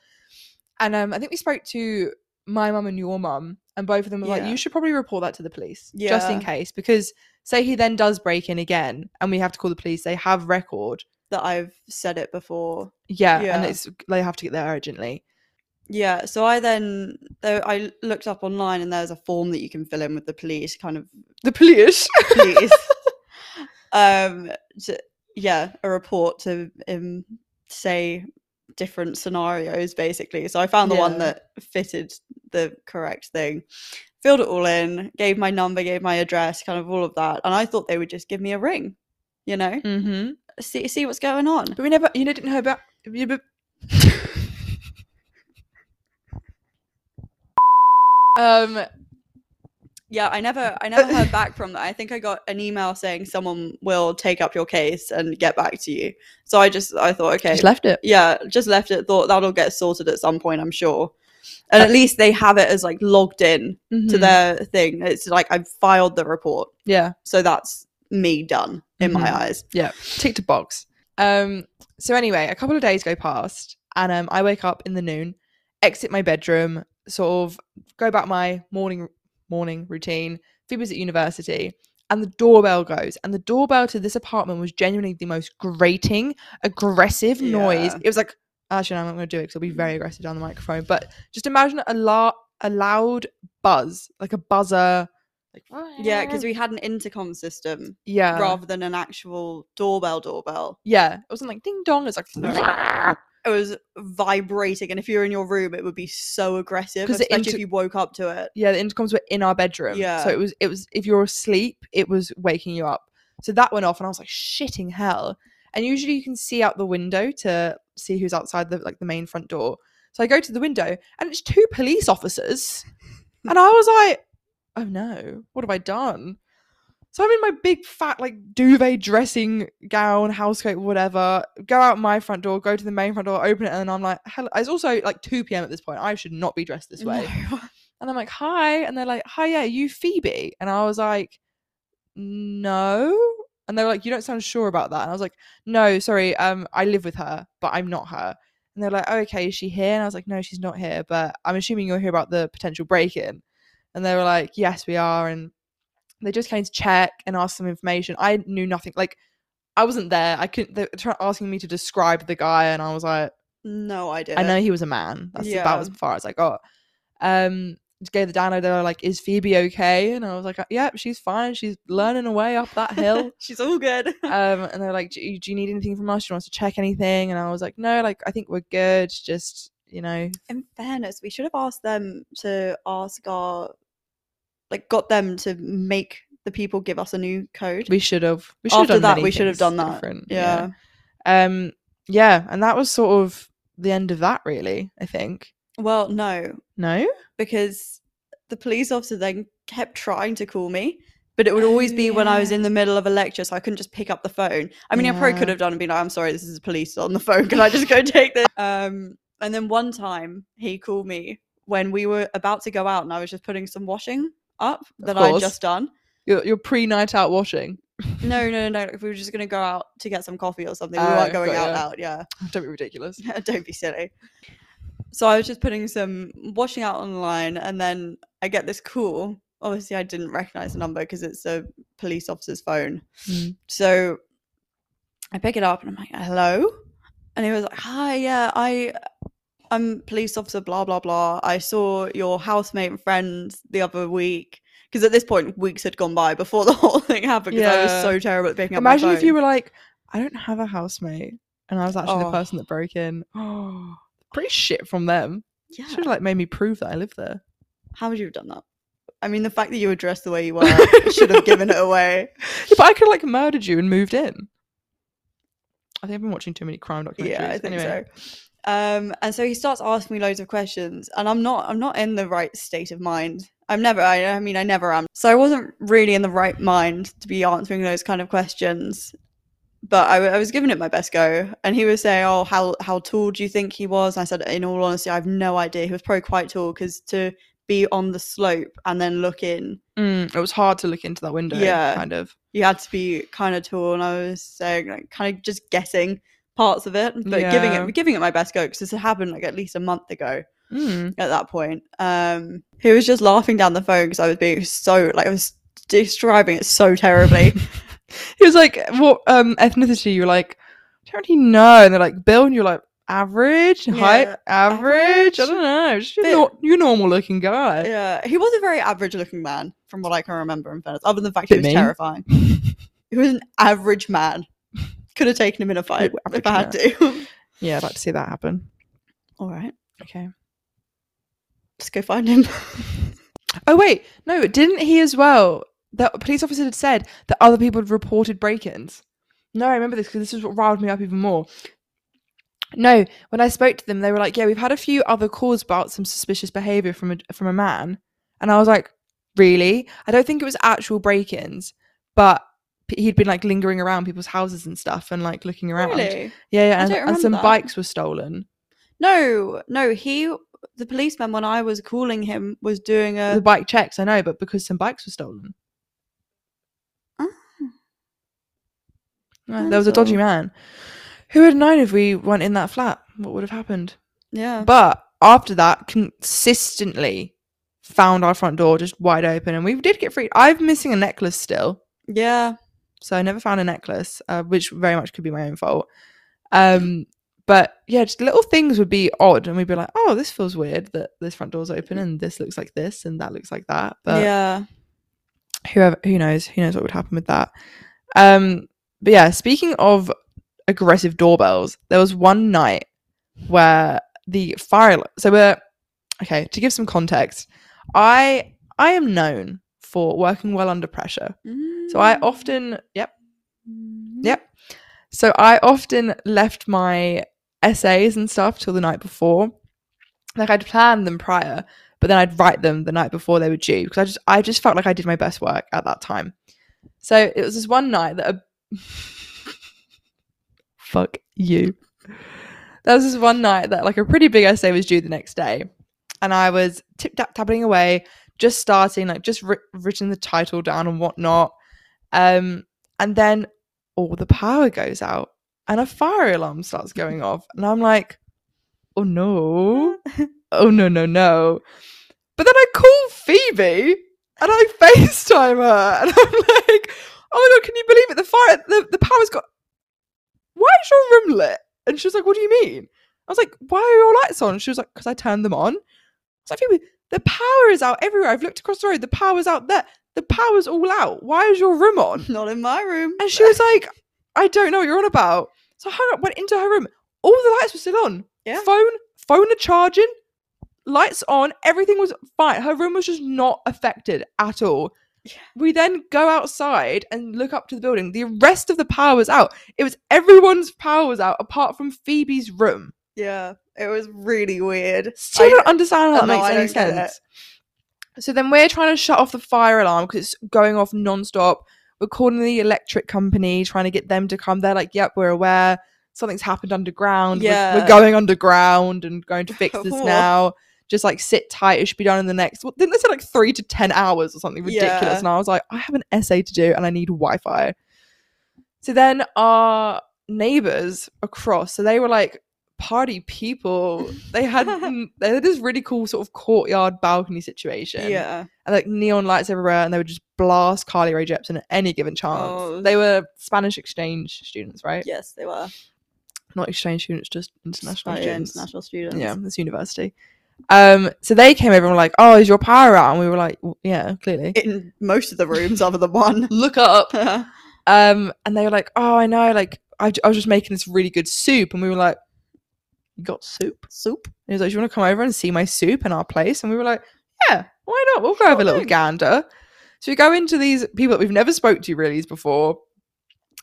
S1: and um, I think we spoke to my mum and your mum, and both of them were like,
S2: Yeah.
S1: you should probably report that to the police, just in
S2: Yeah.
S1: case, because say he then does break in again, and we have to call the police, they have record,
S2: that I've said it before.
S1: yeah,
S2: Yeah.
S1: and it's they have to get there urgently,
S2: Yeah, so I then though I looked up online and there's a form that you can fill in with the police kind of
S1: the police.
S2: police. um to, yeah, a report to um say different scenarios basically. So I found the
S1: Yeah.
S2: one that fitted the correct thing. Filled it all in, gave my number, gave my address, kind of all of that, and I thought they would just give me a ring, you know,
S1: Mm-hmm.
S2: see see what's going on.
S1: But we never, you know, didn't hear about. you be- um,
S2: Yeah, I never I never heard back from that. I think I got an email saying someone will take up your case and get back to you. So I just I thought, okay.
S1: just left it.
S2: yeah, just left it, thought that'll get sorted at some point, I'm sure. And at least they have it as like logged in to
S1: Mhm.
S2: their thing. It's like I've filed the report.
S1: Yeah,
S2: So that's me done in
S1: Mhm.
S2: my eyes.
S1: yeah. Ticked a box. Um. So anyway, a couple of days go past, and um, I wake up in the noon, exit my bedroom, sort of go back my morning morning routine. Phoebe's at university. And the doorbell goes, and the doorbell to this apartment was genuinely the most grating, aggressive noise.
S2: Yeah.
S1: It was like, actually, no, I'm not going to do it because I'll be very aggressive down the microphone. But just imagine a, la- a loud buzz, like a buzzer. Like,
S2: Yeah, because we had an intercom system
S1: yeah,
S2: rather than an actual doorbell doorbell.
S1: yeah. It wasn't like ding dong. It's like
S2: It was vibrating, and if you're in your room, it would be so aggressive,
S1: 'Cause the
S2: especially
S1: inter-
S2: if you woke up to it.
S1: yeah, the intercoms were in our bedroom.
S2: Yeah.
S1: So it was it was if you're asleep, it was waking you up. So that went off and I was like, shitting hell. And usually you can see out the window to see who's outside the like the main front door. So I go to the window and it's two police officers. and I was like, oh no, what have I done? So I'm in my big fat like duvet dressing gown, housecoat, whatever. Go out my front door, go to the main front door, open it, and I'm like, hello. It's also like 2 p.m. at this point. I should not be dressed this way.
S2: No.
S1: And I'm like, hi. And they're like, hi, yeah, you Phoebe. And I was like, no. And they were like, you don't sound sure about that. And I was like, no, sorry. Um, I live with her, but I'm not her. And they're like, oh, okay, is she here? And I was like, no, she's not here, but I'm assuming you're here about the potential break in. And they were like, yes, we are. And they just came to check and ask some information. I knew nothing. Like, I wasn't there. I couldn't. They were try- asking me to describe the guy, and I was like,
S2: No idea.
S1: I know he was a man. That's
S2: Yeah.
S1: about as far as I got. Um, just gave the download. They were like, "Is Phoebe okay?" And I was like, "Yep, she's fine. She's learning her way up that hill."
S2: She's all good.
S1: um, and they were like, do you, "Do you need anything from us? Do you want us to check anything?" And I was like, "No, like I think we're good. Just you know,
S2: In fairness, we should have asked them to ask our, like, got them to make the people give us a new code.
S1: we should have. We should have
S2: After
S1: done
S2: that,
S1: many
S2: we should have
S1: things
S2: done that.
S1: different,
S2: yeah.
S1: yeah. Um. Yeah, and that was sort of the end of that, really. I think.
S2: Well, no,
S1: No.
S2: because the police officer then kept trying to call me, but it would always
S1: Oh,
S2: be when I was
S1: yeah.
S2: in the middle of a lecture, so I couldn't just pick up the phone. I mean, I probably could
S1: Yeah.
S2: have done and been like, "I'm sorry, this is police on the phone. Can I just go take this?" Um, and then one time he called me when we were about to go out, and I was just putting some washing up
S1: Of
S2: that I had
S1: course.
S2: just done.
S1: Your your pre night out washing.
S2: No, no, no, no. Like we were just gonna go out to get some coffee or something. We weren't
S1: Oh,
S2: going
S1: got
S2: out
S1: ya.
S2: out. Yeah.
S1: Don't be ridiculous.
S2: Don't be silly. So I was just putting some washing out online, and then I get this call. Obviously, I didn't recognize the number because it's a police officer's phone.
S1: Mm.
S2: So I pick it up, and I'm like, "Hello," and he was like, "Hi, yeah, I." I'm police officer, blah blah blah. I saw your housemate and friends the other week because at this point weeks had gone by before the whole thing happened. Because I was
S1: Yeah.
S2: so terrible at picking up. my
S1: Imagine if you
S2: phone.
S1: were like, I don't have a housemate, and I was actually
S2: Oh.
S1: the person that broke in. Oh, pretty shit from them.
S2: yeah.
S1: Should have like made me prove that I live there.
S2: How would you have done that? I mean, the fact that you were dressed the way you were should have given it away.
S1: If I could have like murdered you and moved in. I think I've been watching too many crime documentaries.
S2: Yeah, I think
S1: anyway,
S2: so. Um, and so he starts asking me loads of questions, and I'm not, I'm not in the right state of mind. I'm never, I, I mean, I never am. So I wasn't really in the right mind to be answering those kind of questions. But I, w- I was giving it my best go, and he was saying, "Oh, how how tall do you think he was?" And I said, "In all honesty, I have no idea. He was probably quite tall because to be on the slope and then look in,
S1: Mm, it was hard to look into that window.
S2: Yeah.
S1: kind of.
S2: you had to be kind of tall and i was saying like kind of just guessing parts of it but giving
S1: Yeah.
S2: it giving it my best go because this had happened like at least a month ago
S1: Mm.
S2: at that point um he was just laughing down the phone because i was being so like i was describing it so terribly
S1: He was like, "What um, ethnicity?" You were like, "I don't really know." And they're like, "Bill," and you're like, "Average
S2: Yeah,
S1: height, average." I
S2: average.
S1: don't know. Just
S2: Bit-
S1: your, nor- your normal looking guy.
S2: yeah he was a very average looking man from what i can remember in fairness other than the fact he
S1: Bit
S2: was
S1: mean.
S2: terrifying he was an average man could have taken him in a fight
S1: average
S2: if i had to
S1: Yeah, I'd like to see that happen.
S2: all right
S1: Okay.
S2: let's go find him
S1: Oh wait, no, didn't he as well? The police officer had said that other people had reported break-ins. No, I remember this because this is what riled me up even more. No, when I spoke to them, they were like, "Yeah, we've had a few other calls about some suspicious behavior from a from a man," and I was like, "Really? I don't think it was actual break-ins, but p- he'd been like lingering around people's houses and stuff, and like looking around.
S2: really
S1: Yeah, yeah,
S2: I
S1: and,
S2: don't
S1: and some
S2: remember that.
S1: bikes were stolen.
S2: No, no, he the policeman when I was calling him was doing
S1: the
S2: a
S1: bike checks, I know, but because some bikes were stolen, No, there was a dodgy
S2: Mental.
S1: man. Who would have known if we weren't in that flat? What would have happened?
S2: yeah.
S1: But after that, consistently found our front door just wide open, and we did get freed. I'm missing a necklace still,
S2: yeah.
S1: so I never found a necklace, uh, which very much could be my own fault. Um, but yeah, just little things would be odd, and we'd be like, "Oh, this feels weird that this front door's open, and this looks like this, and that looks like that." But
S2: yeah.
S1: whoever who knows who knows what would happen with that um but yeah speaking of aggressive doorbells there was one night where the fire alarm so we're okay to give some context i i am known for working well under pressure so
S2: Mm.
S1: i often yep yep so I often left my essays and stuff till the night before. Like I'd planned them prior, but then I'd write them the night before they were due because I just I just felt like I did my best work at that time. So it was this one night that a fuck you. That was this one night that like a pretty big essay was due the next day, and I was tip tap tapping away, just starting like just wri- written the title down and whatnot. Um, and then all the power goes out and a fire alarm starts going off. And I'm like, oh no, oh no, no, no. But then I call Phoebe and I FaceTime her and I'm like, oh my god, can you believe it? The fire, the, the power's got. Why is your room lit? And she was like, what do you mean? I was like, why are your lights on? And she was like, because I turned them on. It's like, Phoebe, the power is out everywhere. I've looked across the road. The power's out there. The power's all out. Why is your room on?
S2: Not in my room.
S1: And she was like, I don't know what you're on about. So I hung up, went into her room. All the lights were still on.
S2: Yeah.
S1: Phone, phone are charging, lights on, everything was fine. Her room was just not affected at all.
S2: Yeah.
S1: We then go outside and look up to the building. The rest of the power was out. It was everyone's power was out apart from Phoebe's room.
S2: yeah, it was really weird.
S1: Still
S2: I-
S1: don't understand how that
S2: oh, no,
S1: makes
S2: I
S1: any
S2: don't get it.
S1: sense. So then we're trying to shut off the fire alarm because it's going off non-stop. We're calling the electric company, trying to get them to come. They're like, "Yep, we're aware something's happened underground. We're- We're,
S2: Yeah.
S1: going underground and going to fix this
S2: Whoa.
S1: now. Just like sit tight. It should be done in the next. Well, didn't they say like three to ten hours or something ridiculous?"
S2: Yeah.
S1: And I was like, "I have an essay to do and I need Wi-Fi." So then our neighbors across, so they were like party people. They had n- Um, they had this really cool sort of courtyard balcony situation.
S2: Yeah.
S1: And, like neon lights everywhere, and they would just blast Carly Rae Jepsen at any given chance.
S2: Oh.
S1: They were Spanish exchange students, right?
S2: Yes, they were.
S1: Not exchange students, just international
S2: Oh, yeah,
S1: students.
S2: international students.
S1: Yeah, this university. Um, so they came over and were like, "Oh, is your power out?" And we were like, "Well, "Yeah, clearly."
S2: In most of the rooms other than one.
S1: Look up.
S2: yeah.
S1: Um, and they were like, "Oh, I know. Like, I, j- I was just making this really good soup," and we were like, "You got soup?"
S2: Soup.
S1: And he was like, "Do you want to come over and see my soup in our place?" And we were like, "Yeah, why not? We'll go have a little
S2: thing."
S1: gander." So we go into these people that we've never spoke to really before.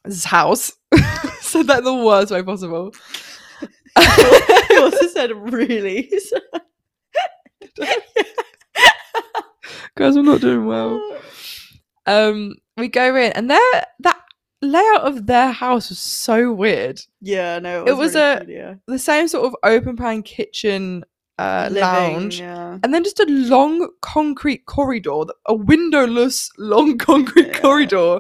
S1: This house said that the worst way possible.
S2: He also said really. so-
S1: Guys, we're not doing well. Um, we go in, and their that layout of their house was so weird.
S2: yeah, no, it
S1: It was
S2: was, really
S1: a
S2: good, yeah.
S1: The same sort of open plan kitchen uh,
S2: Living,
S1: lounge.
S2: Yeah.
S1: and then just a long concrete corridor, th- a windowless long concrete
S2: Yeah.
S1: corridor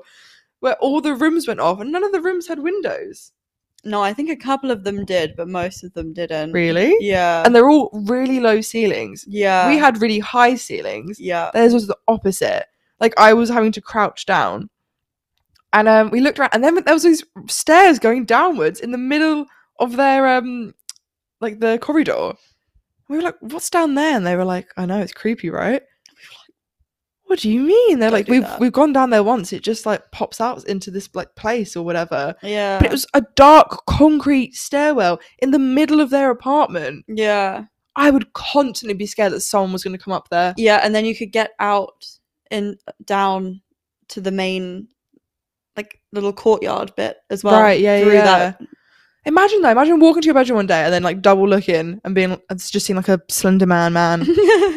S1: where all the rooms went off, and none of the rooms had windows.
S2: No, I think a couple of them did, but most of them didn't.
S1: Really?
S2: Yeah.
S1: And they're all really low ceilings.
S2: yeah.
S1: we had really high ceilings.
S2: Yeah.
S1: Theirs was the opposite. Like I was having to crouch down, and um, we looked around, and then there was these stairs going downwards in the middle of their um, like the corridor. We were like, "What's down there?" And they were like, "I know it's creepy, right?" What do you mean? They're
S2: Don't
S1: like,
S2: do
S1: "We've
S2: that."
S1: we've gone down there once. It just like pops out into this like place or whatever."
S2: Yeah.
S1: But it was a dark concrete stairwell in the middle of their apartment.
S2: yeah.
S1: I would constantly be scared that someone was going to come up there.
S2: Yeah, and then you could get out and down to the main like little courtyard bit as well.
S1: right, yeah,
S2: through
S1: yeah.
S2: that-
S1: yeah. Imagine that. Imagine walking to your bedroom one day and then like double looking and being and just seeing like a slender man man,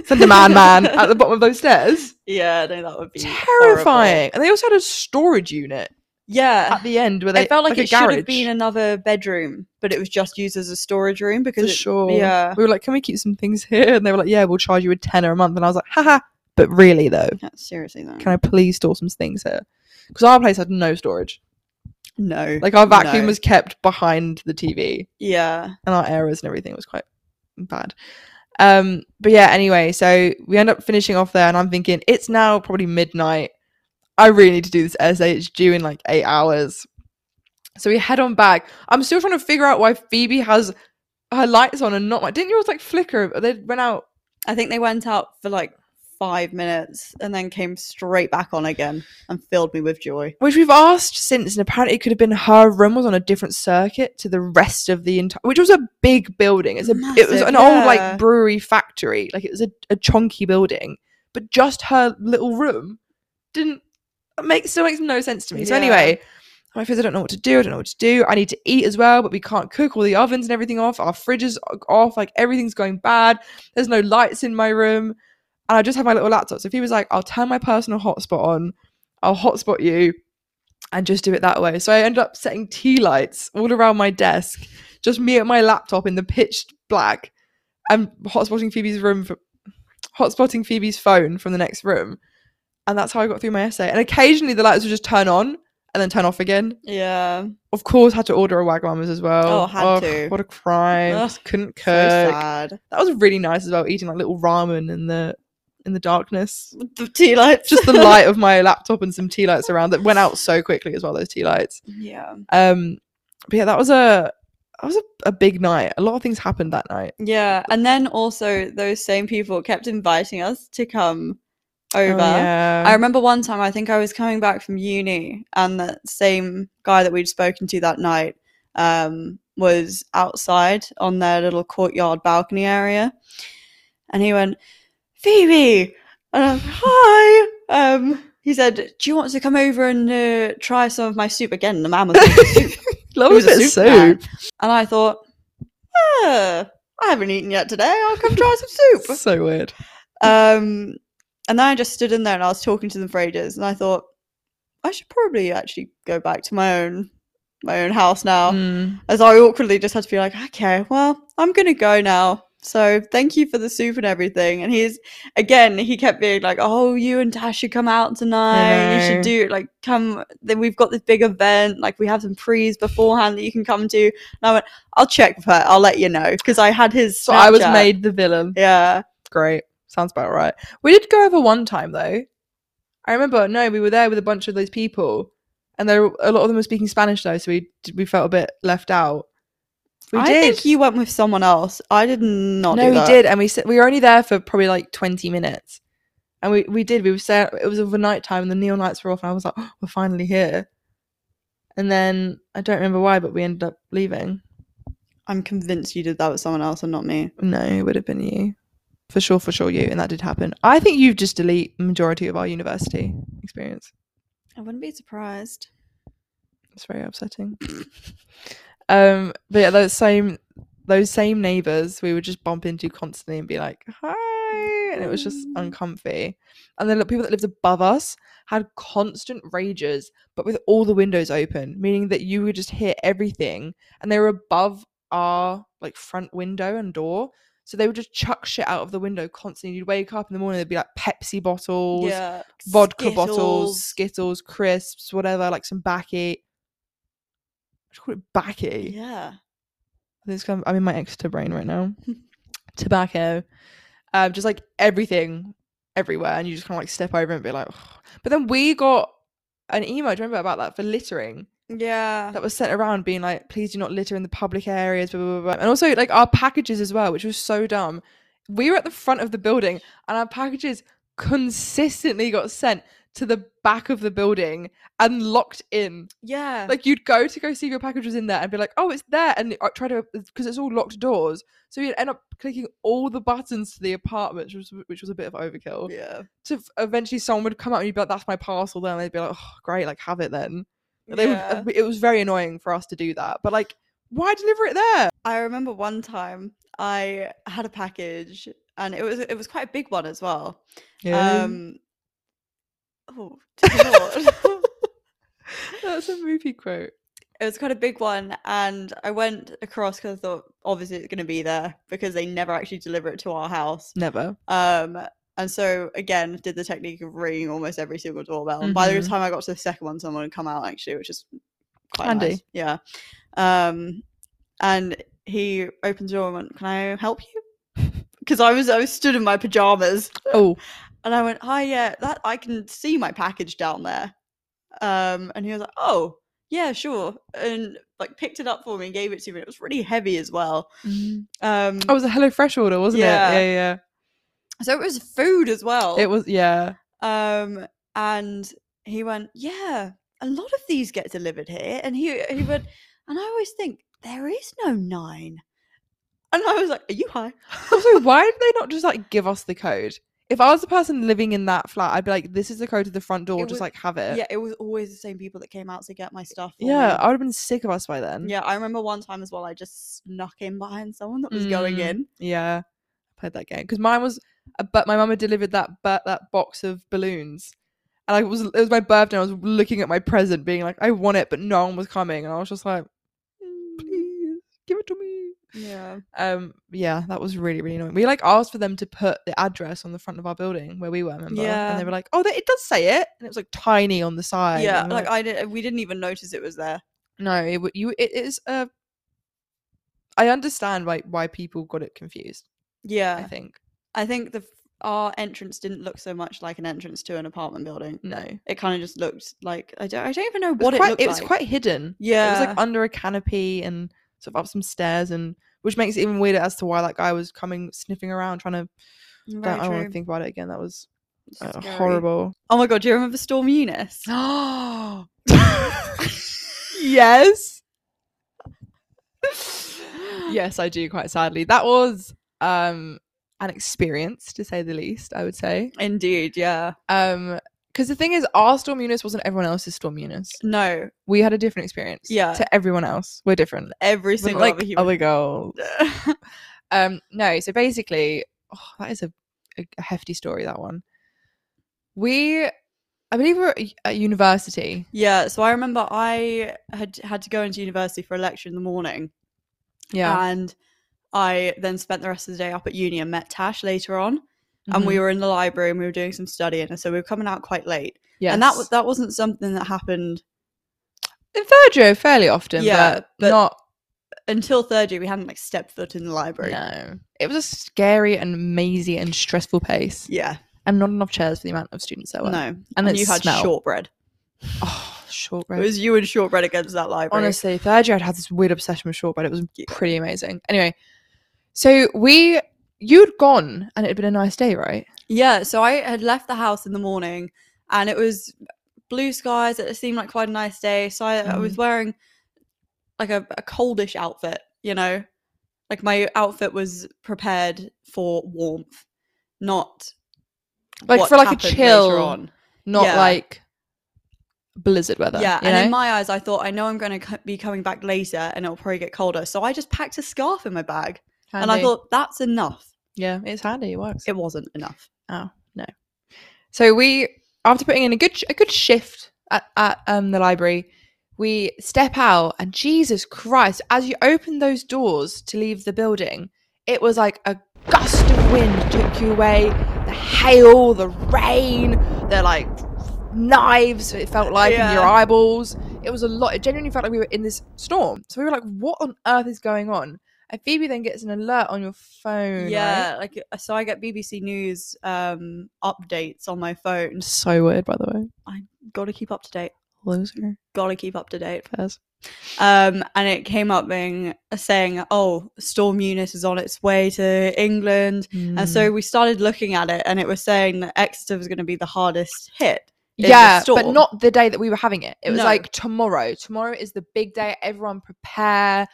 S1: slender man man at the bottom of those stairs.
S2: Yeah, no, that would be horrible.
S1: Terrifying. And they also had a storage unit
S2: Yeah.
S1: at the end where Uh, they
S2: It Ah, felt like, it
S1: a garage.
S2: should have been another bedroom, but it was just used as a storage room because
S1: for
S2: it-
S1: sure.
S2: Yeah.
S1: We were like, can we keep some things here? And they were like, yeah, we'll charge you a tenner a month. And I was like, haha. But really though,
S2: Yeah, Seriously though.
S1: can I please store some things here? Because our place had no storage.
S2: No.
S1: Like our vacuum
S2: No.
S1: was kept behind the TV.
S2: Yeah.
S1: and our errors and everything was quite bad. Um, but yeah, anyway, so we end up finishing off there, and I'm thinking it's now probably midnight. I really need to do this essay. It's due in like eight hours. So we head on back. I'm still trying to figure out why Phoebe has her lights on and not mine. Didn't yours like flicker? They went out.
S2: I think they went out for like five minutes and then came straight back on again and filled me with joy.
S1: Which we've asked since, and apparently it could have been her room was on a different circuit to the rest of the entire, which was a big building. It's a it was
S2: Massive,
S1: an old
S2: yeah.
S1: like brewery factory, like it was a, a chunky building, but just her little room didn't that makes still makes no sense to me. So
S2: Yeah.
S1: anyway, my friends, I don't know what to do. I don't know what to do. I need to eat as well, but we can't cook all the ovens and everything off. Our fridges are off. Like everything's going bad. There's no lights in my room, and I just have my little laptop. So if he was like, "I'll turn my personal hotspot on," I'll hotspot you and just do it that way. So I ended up setting tea lights all around my desk, just me at my laptop in the pitch black and hotspotting Phoebe's room for hotspotting Phoebe's phone from the next room. And that's how I got through my essay. And occasionally the lights would just turn on and then turn off again.
S2: Yeah.
S1: Of course, had to order a Wagamama's as well.
S2: Oh, had
S1: Ugh,
S2: to.
S1: What a crime!
S2: Ugh,
S1: Just couldn't cook.
S2: So sad.
S1: that was really nice as well. Eating like little ramen in the in the darkness.
S2: The tea lights.
S1: Just the light of my laptop and some tea lights around that went out so quickly as well. Those tea lights.
S2: yeah.
S1: Um, but yeah, that was a that was a, a big night. A lot of things happened that night.
S2: Yeah. And then also those same people kept inviting us to come
S1: Oh,
S2: over.
S1: yeah.
S2: I remember one time I think I was coming back from uni and that same guy that we'd spoken to that night um, was outside on their little courtyard balcony area and he went, Phoebe and I'm hi. Um, he said, Do you want to come over and uh, try some of my soup? Again, the man was making soup.
S1: Love
S2: It was
S1: a bit
S2: a
S1: of
S2: soup man.
S1: soup.
S2: And I thought, "Ah, I haven't eaten yet today. I'll come try some soup.
S1: So weird.
S2: Um, and then I just stood in there and I was talking to them for ages, and I thought I should probably actually go back to my own my own house now.
S1: Mm.
S2: As I awkwardly just had to be like, okay, well, I'm gonna go now. So thank you for the soup and everything. And he's again, he kept being like, "Oh, you and Tash should come out tonight. You
S1: know.
S2: should do like come. Then we've got this big event. Like we have some prees beforehand that you can come to." And I went, "I'll check with her. I'll let you know because I had his.
S1: So I was
S2: Snapchat.
S1: made the villain.
S2: Yeah.
S1: Great. Sounds about right. We did go over one time though. I remember. No, we were there with a bunch of those people, and there a lot of them were speaking Spanish though, so we we felt a bit left out. We
S2: I
S1: did.
S2: think you went with someone else. I did not.
S1: no,
S2: do
S1: we
S2: that.
S1: did, and we sit- we were only there for probably like twenty minutes, and we we did. We were set. It was over night time, and the neon lights were off, and I was like, "Oh, "We're finally here." And then I don't remember why, but we ended up leaving.
S2: I'm convinced you did that with someone else and not me.
S1: No, it would have been you. For sure, for sure, you. And that did happen. I think you've just delete majority of our university experience.
S2: I wouldn't be surprised.
S1: It's very upsetting. um, but yeah, those same those same neighbours we would just bump into constantly and be like, hi. And it was just
S2: Mm.
S1: uncomfy. And then look, people that lived above us had constant rages, but with all the windows open, meaning that you would just hear everything. And they were above our like front window and door. So they would just chuck shit out of the window constantly. You'd wake up in the morning, there'd be like Pepsi bottles,
S2: Yeah.
S1: vodka bottles, Skittles, crisps, whatever, like some backy. I should call it backy.
S2: Yeah.
S1: I think it's kind of- I'm in my extra brain right now. Tobacco, um, just like everything, everywhere, and you just kind of like step over and be like. "Ugh." But then we got an email. Do you remember about that for littering
S2: Yeah.
S1: that was sent around, being like, "Please do not litter in the public areas," blah blah blah, blah. and also like our packages as well, which was so dumb. We were at the front of the building, and our packages consistently got sent to the back of the building and locked in
S2: yeah.
S1: like you'd go to go see if your package was in there and be like oh it's there and uh, try to because it's all locked doors so you'd end up clicking all the buttons to the apartment which was, which was a bit of overkill
S2: yeah.
S1: so f- eventually someone would come out and you'd be like that's my parcel then and they'd be like oh great like have it then But they
S2: Yeah.
S1: would, uh, it was very annoying for us to do that but like why deliver it there
S2: I remember one time I had a package and it was it was quite a big one as well. Um Oh, dear Lord.
S1: that's a movie quote
S2: it was quite a big one and i went across because i thought obviously it's going to be there because they never actually deliver it to our house
S1: never
S2: um and so again did the technique of ringing almost every single doorbell and by the
S1: Mhm.
S2: time i got to the second one someone had come out actually which is quite
S1: Handy.
S2: nice. yeah um and he opened the door and went can i help you because i was i was stood in my pajamas
S1: oh
S2: and I went, "Hi, yeah, that I can see my package down there." Um, and he was like, "Oh, yeah, sure," and like picked it up for me and gave it to me. It was really heavy as well. Um,
S1: oh it was a hello fresh order wasn't
S2: Yeah.
S1: it yeah
S2: so it was food as well.
S1: yeah it was yeah
S2: Um, and he went, "Yeah, a lot of these get delivered here." And he he went, and I always think there is no nine. And I was like, "Are you high?"
S1: Also, why did they not just like give us the code? If I was the person living in that flat, I'd be like, "This is the code to the front door.
S2: It
S1: just
S2: was-
S1: like have it."
S2: Yeah, it was always the same people that came out to get my stuff. for
S1: Uh yeah. um
S2: me.
S1: I would have been sick of us by then.
S2: Yeah, I remember one time as well. I just snuck in behind someone that was going
S1: Mm.
S2: in.
S1: yeah. I played that game because mine was, a, but my mum had delivered that but that box of balloons, and I was it was my birthday. And I was looking at my present, being like, "I want it," but no one was coming, and I was just like, "Please give it to me."
S2: Yeah.
S1: Um, yeah, that was really, really annoying. We like asked for them to put the address on the front of our building where we were, remember?
S2: Yeah.
S1: And they were like, oh, that it does say it. And it was like tiny on the side.
S2: yeah.
S1: and we were
S2: Like I did. We didn't even notice it was there.
S1: no, it, w- you, it is a. I understand why, why people got it confused, I
S2: Yeah.
S1: think.
S2: I think the f- our entrance didn't look so much like an entrance to an apartment building.
S1: No. It
S2: It kind of just looked like I don't. I don't even know
S1: was
S2: what it
S1: quite,
S2: looked
S1: it was
S2: like.
S1: quite hidden. It
S2: Yeah.
S1: was like under a canopy and sort of up some stairs and. Which makes it even weirder as to why that guy was coming sniffing around trying to.
S2: Very
S1: I don't want
S2: true.
S1: to think about it again. That was uh,
S2: Scary.
S1: horrible.
S2: Oh my god, do you remember Storm Eunice?
S1: Oh. yes. yes, I do quite sadly. That was um an experience to say the least, I would say.
S2: Indeed, yeah.
S1: Um because the thing is our storm Eunice wasn't everyone else's storm Eunice.
S2: No,
S1: We had a different experience
S2: Yeah.
S1: to everyone else. We're different. It
S2: every
S1: wasn't
S2: single
S1: like
S2: other human.
S1: other girl. Um no, so basically oh, that is a, a a hefty story that one. We I believe we were at u- at university.
S2: yeah, so I remember I had had to go into university for a lecture in the morning,
S1: Yeah.
S2: and I then spent the rest of the day up at uni and met Tash later on, and
S1: Mm-hmm.
S2: we were in the library and we were doing some studying, and so we were coming out quite late,
S1: yeah,
S2: and that was that wasn't something that happened
S1: in third year fairly often,
S2: Yeah,
S1: but,
S2: but-
S1: not.
S2: until third year. We hadn't like stepped foot in the library.
S1: No, it was a scary and mazy and stressful pace,
S2: Yeah,
S1: and not enough chairs for the amount of students there were.
S2: no, and,
S1: and, it
S2: you had
S1: smelled.
S2: shortbread.
S1: Oh,
S2: It
S1: shortbread.
S2: was you and shortbread against that library.
S1: Honestly, third year I'd had this weird obsession with shortbread. It was
S2: Yeah.
S1: pretty amazing. Anyway, so we you'd gone and it had been a nice day, right?
S2: Yeah, so I had left the house in the morning and it was blue skies. It seemed like quite a nice day. So I, I
S1: Mm-hmm.
S2: was wearing like a, a coldish outfit, you know? Like my outfit was prepared for warmth, not
S1: Like
S2: what
S1: for like a
S2: happened later
S1: chill,
S2: on.
S1: not
S2: Yeah.
S1: like blizzard weather.
S2: Yeah,
S1: you
S2: and in
S1: know?
S2: my eyes, I thought, I know I'm going to co- be coming back later and it'll probably get colder. So I just packed a scarf in my bag and I
S1: Handy.
S2: thought, that's enough.
S1: yeah, it's handy. It works.
S2: It wasn't enough.
S1: So we, after putting in a good sh- a good shift at, at um, the library, we step out, and Jesus Christ! As you open those doors to leave the building, it was like a gust of wind took you away. The hail, the rain, the like knives. It felt like in your
S2: Yeah.
S1: eyeballs. It was a lot. It genuinely felt like we were in this storm. So we were like, "What on earth is going on?" And Phoebe then gets an alert on your phone. right?
S2: Yeah, like uh, so I get BBC News um updates on my phone.
S1: so weird, by the way.
S2: Got to keep up to date.
S1: Loser,
S2: Got to keep up to date.
S1: first.
S2: Um, and it came up being saying, "Oh, Storm Eunice is on its way to England," and so we started looking at it, and it was saying that Exeter was going to be the hardest hit. in the
S1: yeah, but
S2: storm.
S1: not the day that we were having it. It was
S2: No.
S1: like tomorrow. Tomorrow is the big day. Everyone prepare.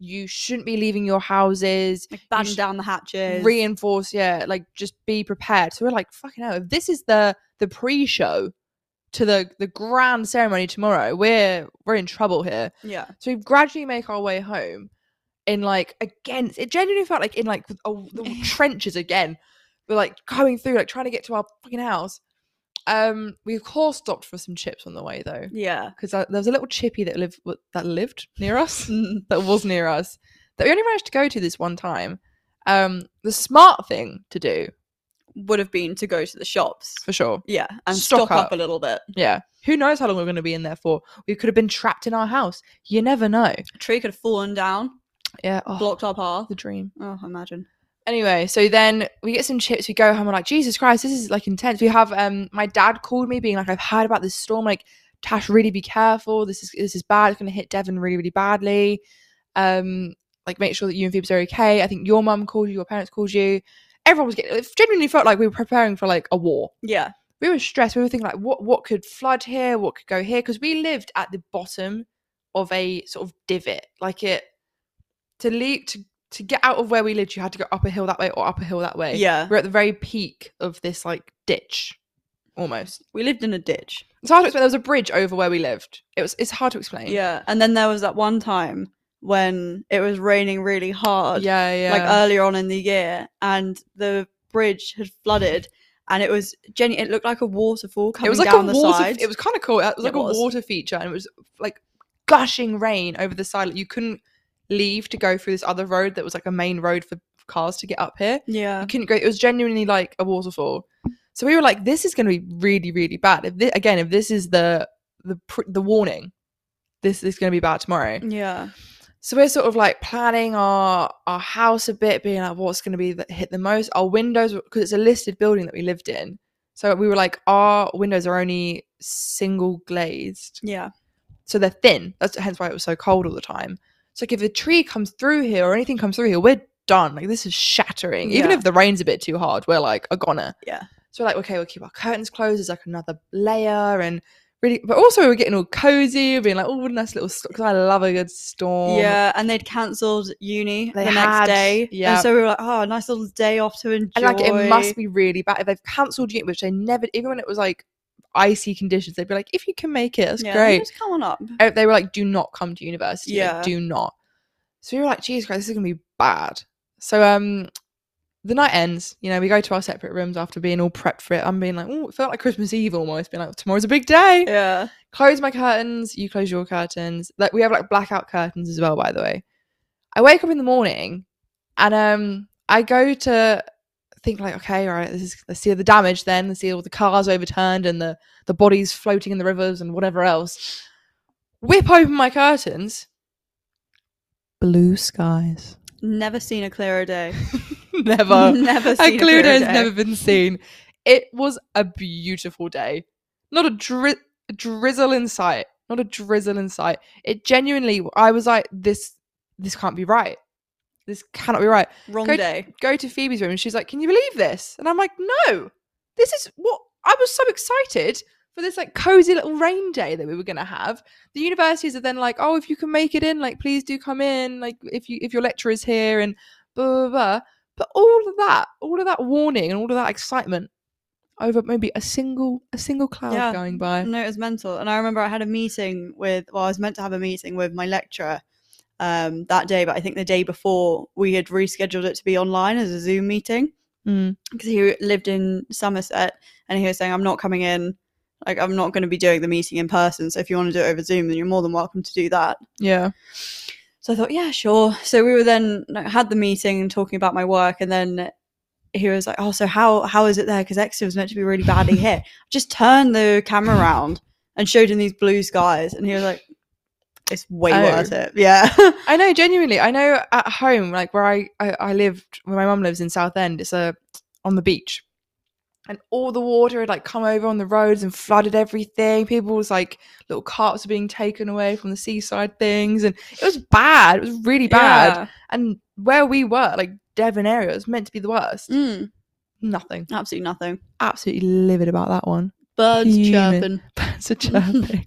S1: You shouldn't be leaving your houses.
S2: Like batten
S1: sh-
S2: down the hatches.
S1: Reinforce, yeah, like just be prepared. So we're like, fucking hell, if this is the the pre-show to the the grand ceremony tomorrow, we're we're in trouble here.
S2: yeah,
S1: So we gradually make our way home in like again, it genuinely felt like in like the, oh, the trenches again. We're like going through, like trying to get to our fucking house. Um, we of course stopped for some chips on the way though,
S2: yeah.
S1: because there was a little chippy that lived w- that lived near us,
S2: Mm.
S1: that was near us, that we only managed to go to this one time. Um, the smart thing to do
S2: Would have been to go to the shops.
S1: for sure.
S2: Yeah, and
S1: Stock
S2: stock,
S1: up.
S2: up a little bit.
S1: Yeah, who knows how long we're going to be in there for? We could have been trapped in our house. You never know.
S2: A tree could have fallen down,
S1: Yeah, oh,
S2: blocked our path.
S1: the dream.
S2: Oh, imagine.
S1: anyway so then we get some chips we go home we're like jesus christ this is like intense we have um my dad called me being like i've heard about this storm like tash really be careful this is this is bad it's going to hit devon really really badly um like make sure that you and phoebe's are okay i think your mum called you your parents called you everyone was getting it genuinely felt like we were preparing for like a war
S2: Yeah,
S1: we were stressed we were thinking like what what could flood here what could go here because we lived at the bottom of a sort of divot like it to leave to to get out of where we lived you had to go up a hill that way or up a hill that way
S2: yeah.
S1: we're at the very peak of this like ditch almost
S2: We lived in a ditch.
S1: it's hard to explain there was a bridge over where we lived it was it's hard to explain
S2: Yeah, and then there was that one time when it was raining really hard,
S1: yeah yeah
S2: like earlier on in the year, and the bridge had flooded, and it was Jenny. It looked like a waterfall coming
S1: it was like
S2: down
S1: a
S2: the
S1: water
S2: side.
S1: it was kind of cool it was
S2: It
S1: like a
S2: was.
S1: water feature and it was like gushing rain over the side like you couldn't leave to go through this other road that was like a main road for cars to get up here.
S2: Yeah.
S1: You couldn't go. It was genuinely like a waterfall. So we were like, this is going to be really, really bad. If thi- again, if this is the the pr- the warning, this is going to be bad tomorrow.
S2: Yeah.
S1: So we're sort of like planning our our house a bit, being like, what's going to be that hit the most? Our windows, because it's a listed building that we lived in. So we were like, our windows are only single glazed,
S2: Yeah.
S1: so they're thin. That's hence why it was so cold all the time. So like, if a tree comes through here or anything comes through here, we're done. Like this is shattering. Even
S2: Yeah.
S1: if the rain's a bit too hard, we're like a goner.
S2: Yeah.
S1: So we're like, okay, we'll keep our curtains closed. There's like another layer and. Really, but also we were getting all cozy, being like, "Oh, what a nice little storm!" Because I love a good storm.
S2: Yeah. And they'd cancelled uni
S1: They
S2: the
S1: had,
S2: next day.
S1: yeah.
S2: And so we were like, oh, nice little day off to enjoy.
S1: And like it must be really bad if they've cancelled you, which they never. Even when it was like icy conditions, they'd be like, "If you can make it, that's
S2: yeah,
S1: great."
S2: Just come on up.
S1: Uh, They were like, "Do not come to university. like,
S2: Yeah.
S1: do not." So we were like, "Jesus Christ, this is gonna be bad." So um, the night ends. You know, we go to our separate rooms after being all prepped for it. I'm being like, "Oh, it felt like Christmas Eve almost." Being like, "Tomorrow's a big day."
S2: Yeah.
S1: Close my curtains. You close your curtains. Like we have like blackout curtains as well. By the way, I wake up in the morning, and um, I go to think like, okay, all right, this is let's see the damage then, let's see all the cars overturned and the the bodies floating in the rivers and whatever else. Whip open my curtains. Blue skies.
S2: Never seen a clearer day.
S1: never.
S2: never seen
S1: A clear day has
S2: day.
S1: never been seen. It was a beautiful day. Not a, dri- a drizzle in sight. Not a drizzle in sight. It genuinely, I was like, this, this can't be right. This cannot be right
S2: Wrong
S1: Go-
S2: day.
S1: go to Phoebe's room and she's like, Can you believe this? And I'm like, No, this is what I was so excited for this like cozy little rain day that we were gonna have. The universities are then like, Oh, if you can make it in, like please do come in, like if you if your lecturer is here and blah blah blah. But all of that, all of that warning and all of that excitement over maybe a single a single cloud
S2: Yeah. Mm.
S1: going by.
S2: No, it was mental. And I remember I had a meeting with, well, I was meant to have a meeting with my lecturer um, that day, but I think the day before we had rescheduled it to be online as a Zoom meeting
S1: Mm.
S2: because he lived in Somerset and he was saying, I'm not coming in. Like, I'm not going to be doing the meeting in person. So if you want to do it over Zoom, then you're more than welcome to do that.
S1: Yeah.
S2: So I thought, yeah, sure. So we were then like, had the meeting and talking about my work, and then he was like, "Oh, so how how is it there? Because Exeter was meant to be really badly hit." Just turned the camera around and showed him these blue skies, and he was like, "It's way
S1: Oh.
S2: worth it." Yeah,
S1: I know, genuinely. I know at home, like where I, I, I lived, where my mum lives in Southend, it's a on the beach. And all the water had like come over on the roads and flooded everything. People's like little carts were being taken away from the seaside things. And it was bad. It was really bad. And where we were, like Devon area, it was meant to be the worst.
S2: Yeah. Mm,
S1: Nothing.
S2: absolutely nothing.
S1: Absolutely livid about that one.
S2: Birds
S1: Human.
S2: chirping.
S1: Birds are chirping.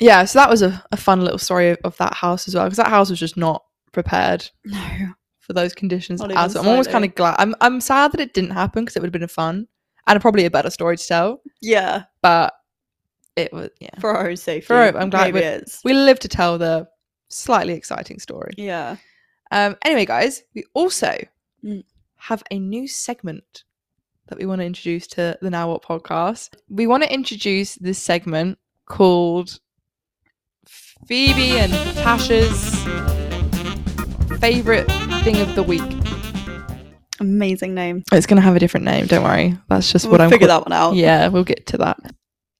S1: yeah, so that was a, a fun little story of, of that house as well, because that house was just not prepared.
S2: No.
S1: for those conditions
S2: Not
S1: as
S2: even
S1: I'm almost kind
S2: slightly.
S1: of glad. I'm I'm sad that it didn't happen because it would have been fun and probably a better story to tell.
S2: Yeah,
S1: But it was yeah.
S2: for our own safety.
S1: For our- I'm glad
S2: Maybe
S1: we-
S2: it's.
S1: We live to tell the slightly exciting story.
S2: Yeah.
S1: Um. Anyway, guys, we also
S2: Mm.
S1: have a new segment that we want to introduce to the Now What podcast. We want to introduce this segment called Phoebe and Tasha's favorite thing of the week.
S2: Amazing name.
S1: It's going to have a different name. Don't worry. That's just
S2: We'll
S1: what I'm
S2: figure
S1: call-
S2: that one out.
S1: Yeah, we'll get to that.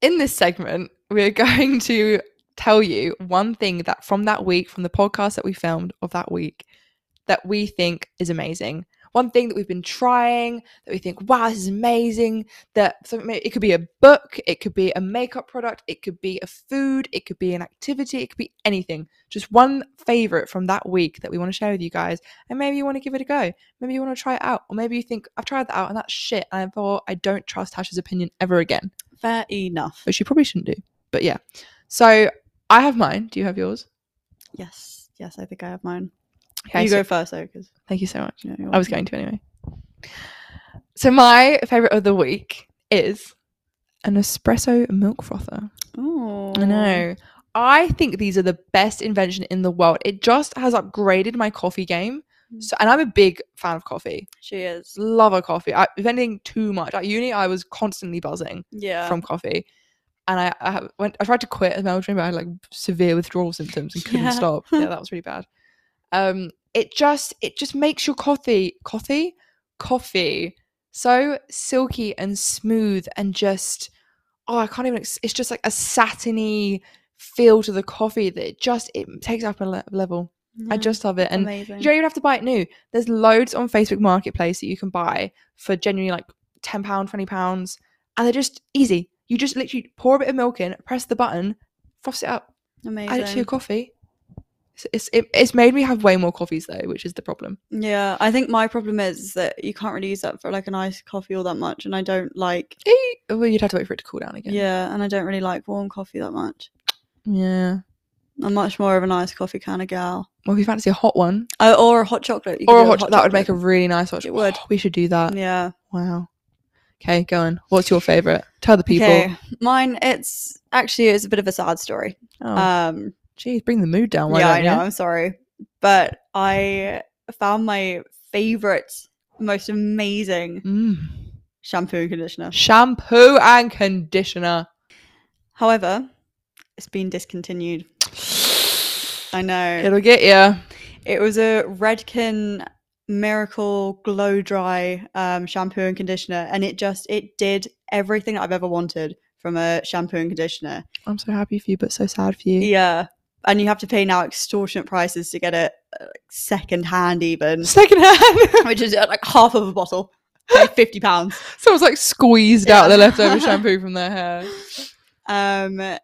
S1: In this segment, we're going to tell you one thing that from that week, from the podcast that we filmed of that week, that we think is amazing. One thing that we've been trying that we think, wow, this is amazing. That something may- it could be a book, it could be a makeup product, it could be a food, it could be an activity, it could be anything. Just one favorite from that week that we want to share with you guys, and maybe you want to give it a go maybe you want to try it out or maybe you think i've tried that out and that's shit and i thought i don't trust tasha's opinion ever again
S2: Fair enough.
S1: which you probably shouldn't do but yeah so i have mine do you have yours
S2: Yes. Yes, I think I have mine.
S1: Okay,
S2: you
S1: so-
S2: go first, though, because
S1: thank you so much
S2: you know, you're
S1: i was going
S2: welcome.
S1: to anyway so my favorite of the week is an espresso milk frother
S2: Oh,
S1: I know. I think these are the best invention in the world. It just has upgraded my coffee game.
S2: Mm.
S1: So, and I'm a big fan of coffee.
S2: She is.
S1: Love a coffee. I, if anything, too much. At uni, I was constantly buzzing.
S2: Yeah.
S1: from coffee. And I, I have- went. I tried to quit as Meldrum, but I had like severe withdrawal symptoms and couldn't
S2: Yeah.
S1: stop. Yeah, that was really bad. Um, it just it just makes your coffee coffee coffee so silky and smooth and just oh I can't even ex- it's just like a satiny feel to the coffee that it just it takes up a le- level. I
S2: Yeah,
S1: just love it and
S2: amazing.
S1: you don't even have to buy it new. There's loads on Facebook Marketplace that you can buy for genuinely like ten pound, twenty pounds, and they're just easy. You just literally pour a bit of milk in, press the button, froth it up, add it to your
S2: amazing.
S1: coffee. It's it's, it, it's made me have way more coffees though, which is the problem.
S2: Yeah, I think my problem is that you can't really use that for like an iced coffee all that much, and I don't like.
S1: Eh, Well, you'd have to wait for it to cool down
S2: Yeah,
S1: again.
S2: and I don't really like warm coffee that much.
S1: Yeah.
S2: I'm much more of an iced coffee kind of gal.
S1: Well, if you fancy a hot one
S2: Oh, or a hot chocolate. you could
S1: or a
S2: do
S1: hot, cho- that would make a really nice hot.
S2: It
S1: cho-
S2: would.
S1: we should do that.
S2: Yeah.
S1: Wow. Okay, go on. What's your favorite? Tell the people.
S2: Okay. Mine. It's actually it's a bit of a sad story.
S1: Oh,
S2: Um,
S1: geez, bring the mood down. Why
S2: yeah, I
S1: don't
S2: know.
S1: you?
S2: I'm sorry, but I found my favorite, most amazing
S1: Mm.
S2: shampoo and conditioner.
S1: Shampoo and conditioner.
S2: However, it's been discontinued. I know.
S1: It'll get you.
S2: It was a Redken Miracle Glow Dry um, shampoo and conditioner, and it just it did everything I've ever wanted from a shampoo and conditioner.
S1: I'm so happy for you, but so sad for you.
S2: Yeah, and you have to pay now extortionate prices to get it uh, second hand, even
S1: Second hand.
S2: which is uh, like half of a bottle, like fifty pounds.
S1: Someone's like squeezed out the
S2: Yeah.
S1: leftover shampoo from their hair.
S2: Um,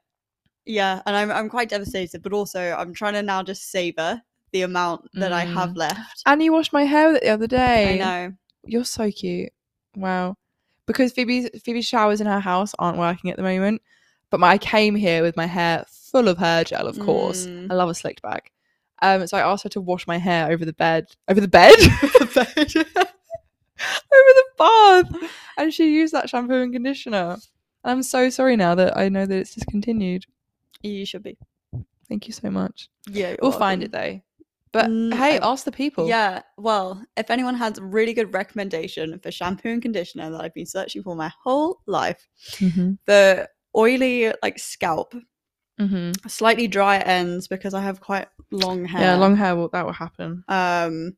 S2: yeah, and I'm I'm quite devastated, but also I'm trying to now just savor the amount that I
S1: Mm.
S2: have left.
S1: And you washed my hair with it the other day.
S2: I know.
S1: You're so cute. Wow. Because Phoebe's Phoebe's showers in her house aren't working at the moment. But my, I came here with my hair full of hair gel, of course.
S2: Mm.
S1: I love a slicked back. Um, so I asked her to wash my hair over the bed, over the bed, the bed, over the bath, and she used that shampoo and conditioner. I'm so sorry now that I know that it's discontinued.
S2: You should be.
S1: Thank you so much.
S2: Yeah, you're
S1: we'll find it
S2: welcome.
S1: though. But
S2: Mm,
S1: hey,
S2: I-
S1: ask the people.
S2: Yeah. Well, if anyone has a really good recommendation for shampoo and conditioner that I've been searching for my whole life, Mm-hmm.
S1: Mhm.
S2: the oily like scalp, Mm-hmm.
S1: Mhm.
S2: slightly dry ends because I have quite long hair.
S1: Yeah, long hair. Will, that will happen.
S2: um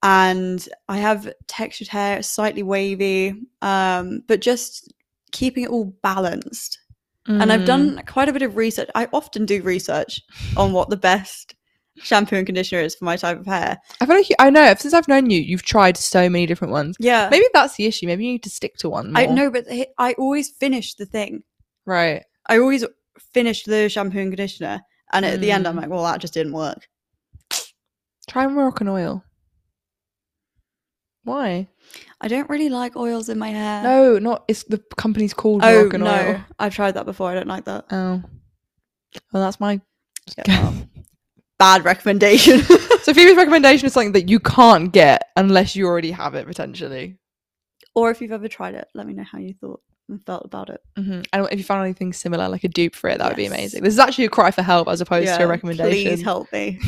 S2: and i have textured hair slightly wavy um but just keeping it all balanced and i've
S1: Mm.
S2: done quite a bit of research i often do research on what the best shampoo and conditioner is for my type of hair
S1: I feel like you, I know ever since I've known you, you've tried so many different ones.
S2: yeah
S1: Maybe that's the issue. Maybe you need to stick to one.
S2: i
S1: more.
S2: know but the- i always finish the thing
S1: Right.
S2: i always finish the shampoo and conditioner and at the end i'm like well that just didn't work
S1: Try Moroccan oil. Why?
S2: i don't really like oils in my hair
S1: No, not. It's the company's called
S2: oh
S1: Moroccan
S2: no
S1: oil.
S2: i've tried that before i don't like that
S1: Oh. Well, that's my.
S2: Yeah, well, bad recommendation
S1: so Phoebe's recommendation is something that you can't get unless you already have it potentially.
S2: or if you've ever tried it, let me know how you thought and felt about it.
S1: hmm And if you found anything similar, like a dupe for it, that would be
S2: Mm-hmm. Yes.
S1: amazing. This is actually a cry for help as opposed to a recommendation.
S2: Please help me.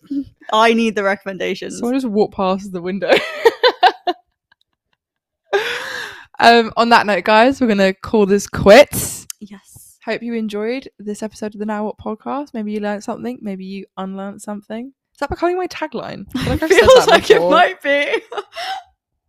S2: I need the recommendations.
S1: Someone just walked past the window. um, on that note, guys, we're gonna call this quits.
S2: yes.
S1: Hope you enjoyed this episode of the Now What podcast. Maybe you learned something. Maybe you unlearned something. Is that becoming my tagline? I feel like I've said
S2: Feels
S1: that
S2: like
S1: before.
S2: it might be.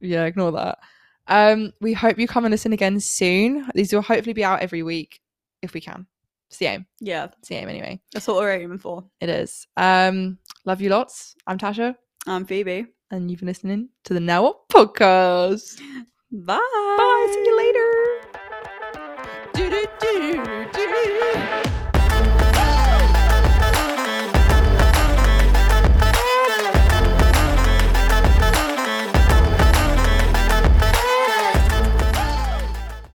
S1: Yeah, ignore that. Um, we hope you come and listen again soon. These will hopefully be out every week if we can. It's the aim.
S2: yeah,
S1: It's the aim anyway.
S2: that's what we're aiming for.
S1: It is. Um, love you lots. I'm Tasha,
S2: I'm Phoebe.
S1: and you've been listening to the Now What podcast.
S2: Bye.
S1: Bye. See you later. Do do do do.